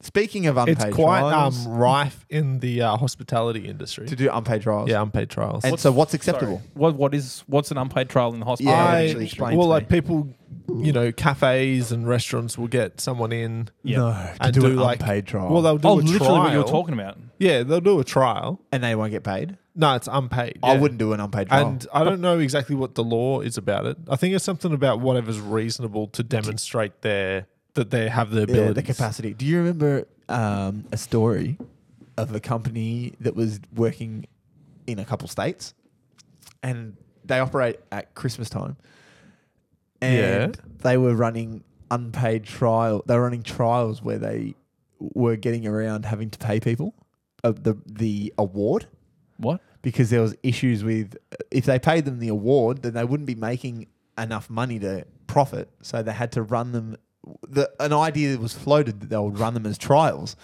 S1: speaking of unpaid
S4: it's quite
S1: trials,
S4: um, rife in the uh, hospitality industry.
S1: to do unpaid trials.
S4: yeah, unpaid trials.
S1: And so, what's acceptable?
S2: What What is What's an unpaid trial in the hospital?
S1: Yeah,
S4: I,
S1: actually explain
S4: well,
S1: to
S4: like
S1: me.
S4: people, you know, cafes and restaurants will get someone in
S2: Yeah.
S1: No, to
S4: and
S1: do, an
S4: like
S1: unpaid trial.
S4: Well, they'll do
S2: oh,
S4: a
S2: literally
S4: trial.
S2: what you were talking about.
S4: Yeah, they'll do a trial.
S1: and they won't get paid.
S4: No, it's unpaid.
S1: I
S4: yeah.
S1: wouldn't do an unpaid trial.
S4: And I don't know exactly what the law is about it. I think it's something about whatever's reasonable to demonstrate their that they have the ability.
S1: yeah, the capacity. Do you remember um, a story of a company that was working in a couple states, and they operate at Christmas time, and
S4: Yeah.
S1: they were running unpaid trial. They were running trials where they were getting around having to pay people of the the award
S2: What?
S1: because there was issues with if they paid them the award, then they wouldn't be making enough money to profit. So they had to run them. The, an idea was floated that they would run them as trials,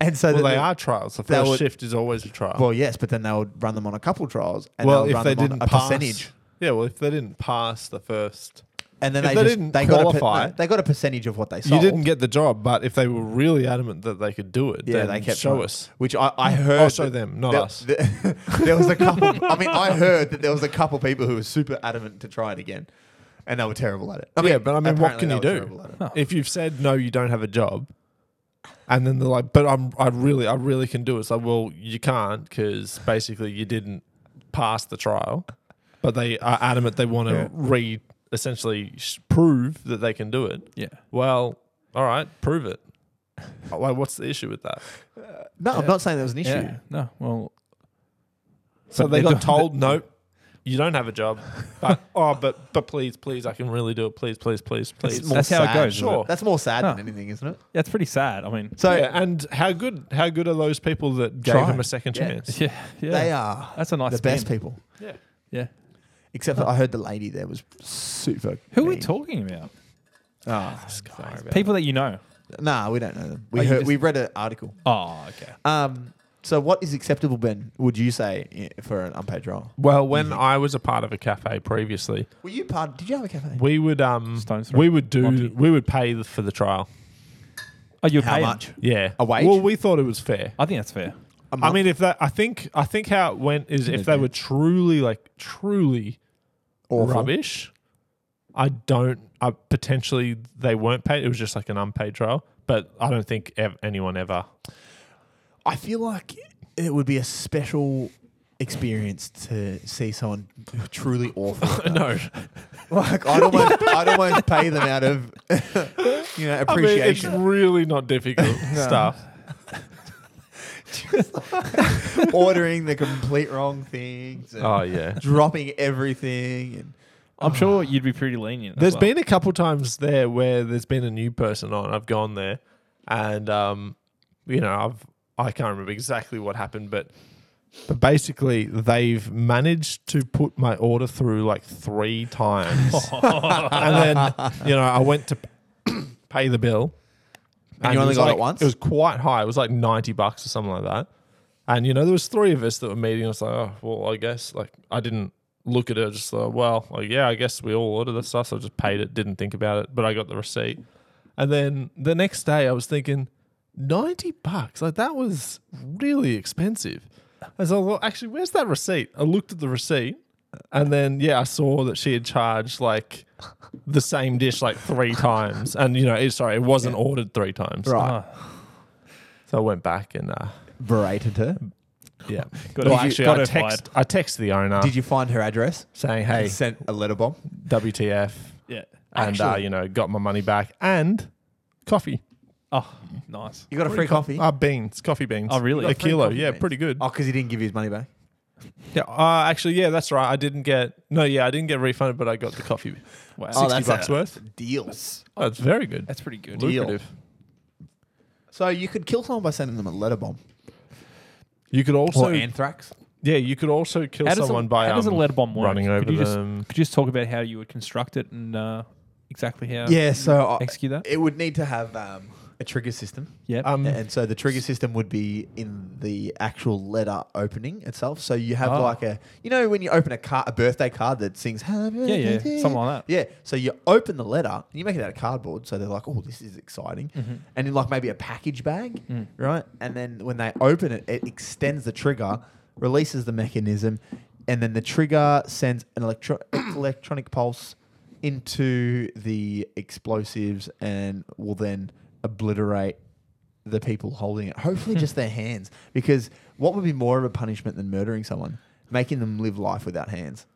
S1: and so
S4: Well,
S1: that
S4: they are trials. The
S1: they
S4: first
S1: would-
S4: shift is always a trial.
S1: Well, yes, but then they would run them on a couple trials. And
S4: Well,
S1: would
S4: if
S1: run
S4: they
S1: them on
S4: didn't
S1: a
S4: pass,
S1: percentage,
S4: yeah. Well, if they didn't pass the first,
S1: and then
S4: if
S1: they,
S4: they
S1: just,
S4: didn't
S1: they got a per-
S4: qualify-
S1: no, they got a percentage of what they
S4: you
S1: sold.
S4: didn't get the job. But if they were really adamant that they could do it,
S1: Yeah,
S4: then
S1: they kept
S4: show
S1: trying.
S4: us.
S1: Which I, I heard.
S4: show
S1: that-
S4: Oh, them, not
S1: there,
S4: us.
S1: There, there was a couple. I mean, I heard that there was a couple people who were super adamant to try it again, and they were terrible at it. I
S4: yeah, but I mean, what
S1: apparently
S4: can you
S1: they were terrible
S4: do
S1: at it.
S4: if you've said no? You don't have a job, and then they're like, "But I'm, I really, I really can do it." It's like, well, you can't because basically you didn't pass the trial, but they are adamant they want to re essentially sh- prove that they can do it.
S2: Yeah.
S4: Well, all right, prove it. Like, what's the issue with that?
S1: No, I'm not saying there was an issue.
S2: No. Well,
S4: So
S2: But
S4: they
S2: they
S4: got
S2: don't-
S4: told, nope, you don't have a job. But oh, but but please, please, I can really do it. Please, please, please, please.
S2: more That's how it sad, goes, isn't it?
S4: Sure,
S2: That's more sad than Huh.
S1: anything, isn't it?
S2: That's pretty sad. I mean,
S4: So yeah, and how good how good are those people that gave
S2: Tried.
S4: him a second
S2: Yeah.
S4: chance?
S2: Yeah, yeah.
S1: They are.
S2: That's a nice
S1: The best
S2: spin.
S1: people.
S4: Yeah.
S2: Yeah.
S1: Except for I heard the lady there was super.
S2: Who are we talking about?
S1: Ah,
S2: People that you know.
S1: Nah, we don't know them.
S2: Oh,
S1: We
S2: you
S1: heard,
S2: just-
S1: we read an article.
S2: Oh, okay.
S1: Um. So what is acceptable, Ben? Would you say i- for an unpaid role?
S4: Well, when I was a part of a cafe previously,
S1: Were you part? Did you have a cafe?
S4: we would um we would do we would pay th- for the trial.
S2: Oh, you'd
S1: How pay 'em? much?
S4: Yeah,
S1: A wage?
S4: Well, we thought it was fair.
S2: I think that's fair.
S4: I mean, if that, I think, I think how it went is if they were truly like truly
S1: Awful.
S4: rubbish, I don't. I potentially they weren't paid. It was just like an unpaid trial. But I don't think ev- anyone ever.
S1: I feel like it would be a special experience to see someone truly awful. like that.
S4: No,
S1: like I'd almost, I'd almost pay them out of you know
S4: I mean, it's
S1: appreciation,
S4: really not difficult stuff.
S1: ordering the complete wrong things. and
S4: Oh, yeah.
S1: dropping everything. And
S2: I'm
S1: Oh.
S2: sure you'd be pretty lenient.
S4: There's
S2: There's
S4: been a couple times there where there's been a new person on. I've gone there, and um, you know, I've I can't remember exactly what happened, but but basically they've managed to put my order through like three times, and then you know I went to pay the bill,
S1: And you
S4: it
S1: only
S4: was
S1: got it
S4: like-
S1: once?
S4: It was quite high. It was like ninety bucks or something like that. And you know, there was three of us that were meeting. I was like, oh, well, I guess like I didn't look at it. I just thought, well, like yeah, I guess we all ordered this stuff. So I just paid it, didn't think about it, but I got the receipt. And then the next day, I was thinking, ninety bucks. Like that was really expensive. And so I was like, well, actually, where's that receipt? I looked at the receipt. And then yeah, I saw that she had charged like the same dish like three times, and you know, it, sorry, it wasn't ordered three times. Ah.
S1: Right.
S4: So I went back and uh,
S1: berated her.
S4: yeah.
S2: Got
S4: well,
S2: her-
S4: actually,
S2: got
S4: I
S2: her
S4: text I text the owner
S1: Did you find her address?
S4: saying,
S1: I
S4: "Hey,
S1: sent a letter bomb.
S4: WTF?"
S2: yeah.
S4: And uh,
S1: Actually-
S4: you know, got my money back and coffee.
S2: Oh, nice.
S1: You got a free coffee.
S4: Uh, beans, coffee beans.
S2: Oh, really?
S4: A
S2: Free
S4: kilo.
S1: coffee
S4: Yeah,
S1: beans.
S4: pretty good.
S1: Oh, because he didn't give you his money back.
S4: Yeah. Uh, actually, yeah, that's right. I didn't get no. Yeah, I didn't get refunded, but I got the coffee.
S2: Wow.
S1: Oh,
S4: Sixty bucks worth.
S1: Deals.
S4: Oh, that's very good.
S2: That's pretty good.
S1: Deal.
S4: lucrative.
S1: So you could kill someone by sending them a letter bomb
S4: You could also
S1: anthrax.
S4: Yeah, you could also kill
S2: How does
S4: someone
S2: a,
S4: by
S2: how does a
S4: um,
S2: lead bomb work?
S4: running over
S2: could you
S4: them.
S2: Just, could you just talk about how you would construct it and uh, exactly how?
S1: Yeah. So I-
S2: Execute that?
S1: It would need to have um, a trigger system.
S2: Yep.
S4: Um,
S1: and so the trigger system would be in the actual letter opening itself. So you have
S2: Oh.
S1: like a, you know, when you open a card, a birthday card that sings "Happy
S2: Yeah, yeah,
S1: Birthday."
S2: something like that.
S1: Yeah. So you open the letter and you make it out of cardboard. So they're like, "Oh, this is exciting," and in like maybe a package bag, right? And then when they open it, it extends the trigger, releases the mechanism, and then the trigger sends an electro- electronic pulse into the explosives and will then obliterate the people holding it. Hopefully, just their hands, because what would be more of a punishment than murdering someone? Making them live life without hands.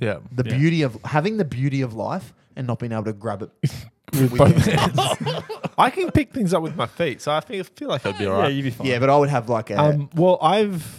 S4: yeah.
S1: The beauty of having the beauty of life and not being able to grab it.
S4: with both hands. I can pick things up with my feet, so I feel, feel like I'd be all
S2: yeah,
S4: right.
S2: you'd be fine.
S1: yeah, but I would have like a
S4: um, well, I've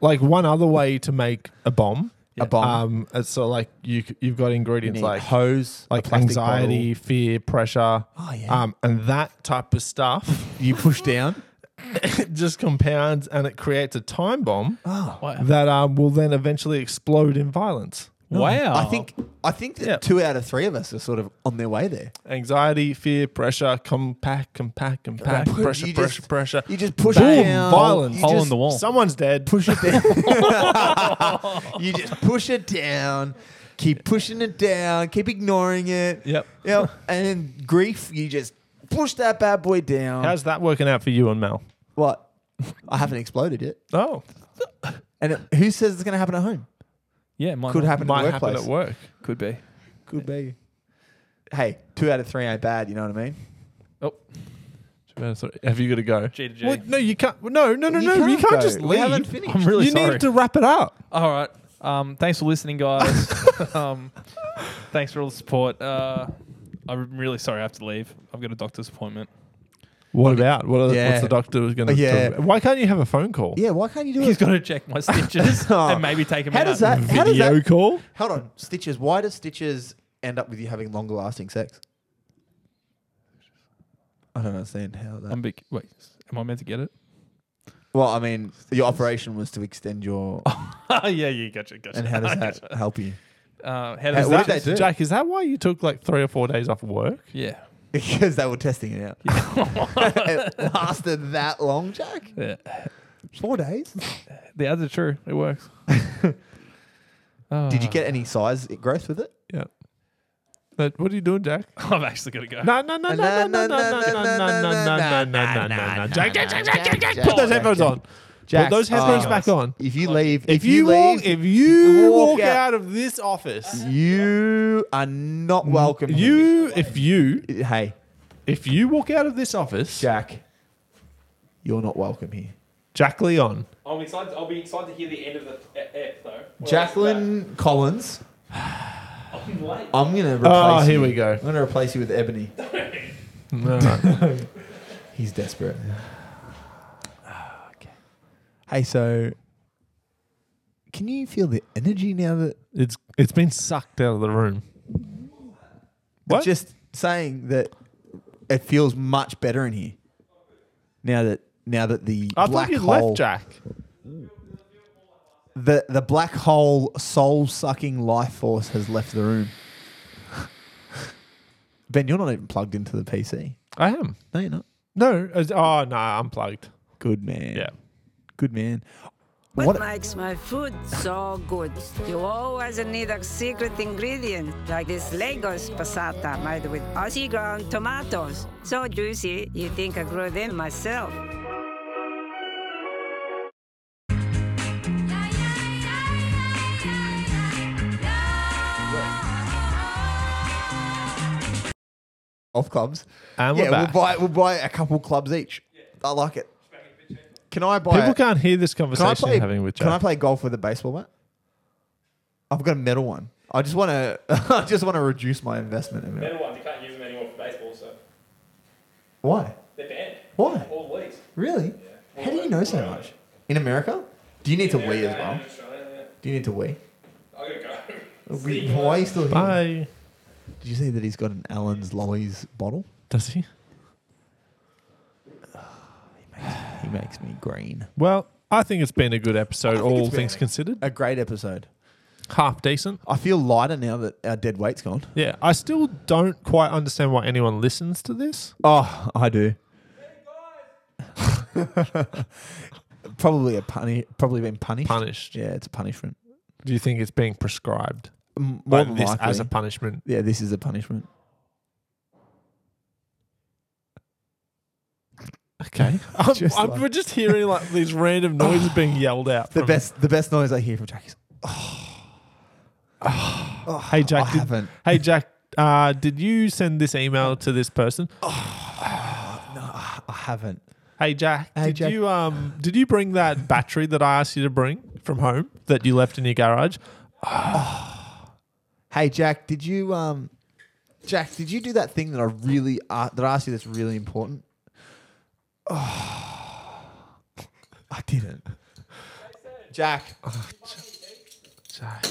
S4: like one other way to make a bomb.
S1: a bomb.
S4: Um, and so like you c- you've got
S1: you
S4: ingredients
S1: need
S4: like
S1: hose, a
S4: like
S1: plastic
S4: anxiety, fear, pressure,
S1: Oh, yeah.
S4: um, and that type of stuff.
S1: bottle. You push down.
S4: it just compounds and it creates a time bomb
S1: Oh,
S4: that um, will then eventually explode in violence.
S2: wow.
S1: I think I think that
S4: Yeah.
S1: two out of three of us are sort of on their way there.
S4: Anxiety, fear, pressure, compact, compact, compact,
S1: Put-
S4: pressure,
S1: you
S4: pressure,
S1: just-
S4: pressure.
S1: You just push
S4: Boom,
S1: it down.
S4: violence.
S1: You
S2: hole
S1: just
S2: in the wall.
S4: Someone's dead.
S1: Push it down. you just push it down. Keep pushing it down. Keep ignoring it.
S4: Yep.
S1: Yep. And then grief, you just push that bad boy down.
S4: How's that working out for you and Mel?
S1: what? I haven't exploded yet.
S4: Oh,
S1: And it, who says it's going to happen at home?
S2: yeah, it might
S1: Could
S2: not-
S1: happen.
S4: might
S1: at
S4: happen at
S1: workplace.
S4: work.
S2: Could be.
S1: Could be. Hey, two out of three ain't bad. You know what I mean?
S2: Oh,
S4: Have you got to go?
S2: G to G.
S4: Well, no, you can't. No, no, no, no. you can't
S1: go.
S4: just leave.
S1: We haven't finished.
S2: I'm really
S4: you
S2: sorry.
S4: need to wrap it up.
S2: All right. Um, thanks for listening, guys. um, thanks for all the support. Uh, I'm really sorry I have to leave. I've got a doctor's appointment.
S4: What about what? Are,
S2: Yeah.
S4: What's the doctor was going to?
S2: Yeah.
S4: Talk about? Why can't you have a phone call?
S1: Yeah, why can't you do it?
S2: He's got to check my stitches and maybe take him
S1: How
S2: out.
S1: does that? How does
S4: Video
S1: that,
S4: call?
S1: Hold on, stitches. Why does stitches end up with you having longer lasting sex? I don't understand how that.
S2: I'm big. Wait, am I meant to get it?
S1: Um, Well, I mean, your operation was to extend your.
S2: Oh, yeah, you gotcha, gotcha.
S1: And how does
S2: I
S1: that help you?
S2: Uh, how
S1: How-
S2: does
S1: what
S2: that,
S1: did that do?
S4: Jack, is that why you took like three or four days off work?
S2: Yeah.
S1: Because they were testing it out. it lasted that long, Jack.
S2: Yeah.
S1: Four days.
S2: The ads are true. It works.
S1: Did you get any size growth with it?
S4: Yeah. But what are you doing, Jack?
S2: I'm actually gonna go.
S4: No, no, no, no, no, no, no, no, no, no, no, no, no, no, no. Jack, Jack, Jack, Jack, Jack, Jack. Put those headphones on. Put those headphones back on.
S1: If you leave,
S4: If you walk, if you walk out of this office,
S1: you are not welcome.
S4: You, if you,
S1: hey,
S4: if you walk out of this office,
S1: Jack, you're not welcome here.
S4: Jack Leon,
S2: I'm excited. I'll be excited to hear the end of the ep though.
S1: Jacqueline Collins.
S2: I'm late.
S1: I'm gonna replace.
S4: Oh, here
S1: you.
S4: we go.
S1: I'm gonna replace you with Ebony. He's desperate. Hey, so can you feel the energy now that
S4: it's it's been sucked out of the room. What?
S1: just saying that it feels much better in here now that now that the
S4: I
S1: black
S4: thought you
S1: hole
S4: left, Jack.
S1: the the black hole soul sucking life force has left the room. ben, you're not even plugged into the PC.
S4: I am.
S1: No, you're not.
S4: No. it's- Oh no, I'm plugged.
S1: Good man.
S4: Yeah.
S1: Good man.
S12: What,
S1: What-
S12: makes my food so good? You always need a secret ingredient, like this Lagos passata made with Aussie ground tomatoes. So juicy, you think I grew them myself.
S1: Off clubs.
S4: And
S1: yeah,
S4: we're back.
S1: we'll buy we'll buy a couple clubs each. I like it. Can I buy
S4: People
S1: a-
S4: can't hear this
S1: Can I
S4: conversation
S1: play?
S4: you're having with Jack.
S1: can I play golf with a baseball bat? I've got a metal one. I just want to. I just want to reduce my investment. In it.
S2: one. You can't use them anymore for baseball, so
S1: Why?
S2: they're banned.
S1: Why?
S2: All leagues.
S1: Really? How do you know so much? In America? Do you need to wee as well? Do you need to wee?
S2: I gotta go.
S1: Wee- Why are you still here?
S4: Bye.
S1: Did you see that he's got an Allen's Lollies bottle?
S4: Does he?
S1: He makes me green.
S4: Well, I think it's been a good episode,
S1: think
S4: all
S1: it's been
S4: things considered.
S1: A great episode.
S4: Half decent.
S1: I feel lighter now that our dead weight's gone.
S4: Yeah. I still don't quite understand why anyone listens to this.
S1: Oh, I do. probably a puni- Probably been punished.
S4: Punished.
S1: Yeah, it's a punishment.
S4: Do you think it's being prescribed?
S1: M- more
S4: Like
S1: than
S4: this
S1: likely.
S4: as a punishment.
S1: yeah, this is a punishment.
S4: Okay. I'm,
S1: Just
S4: I'm,
S1: like-
S4: we're just hearing like these random noises being yelled out.
S1: The
S4: from-
S1: best. The best noise I hear from Jack is
S4: Hey Jack.
S1: I
S4: did-
S1: haven't.
S4: Hey Jack. Uh, did you send this email to this person?
S1: Oh. I haven't.
S4: Hey Jack,
S1: Hey,
S4: did
S1: Jack.
S4: you um did you bring that battery that I asked you to bring from home that you left in your garage?
S1: Hey Jack, did you um, Jack, did you do that thing that I really uh, that I asked you that's really important? Oh, I didn't. Jack,
S4: Jack.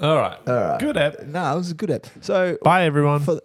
S4: All right. All right. Good app.
S1: no, it was a good app. So
S4: Bye everyone.
S1: for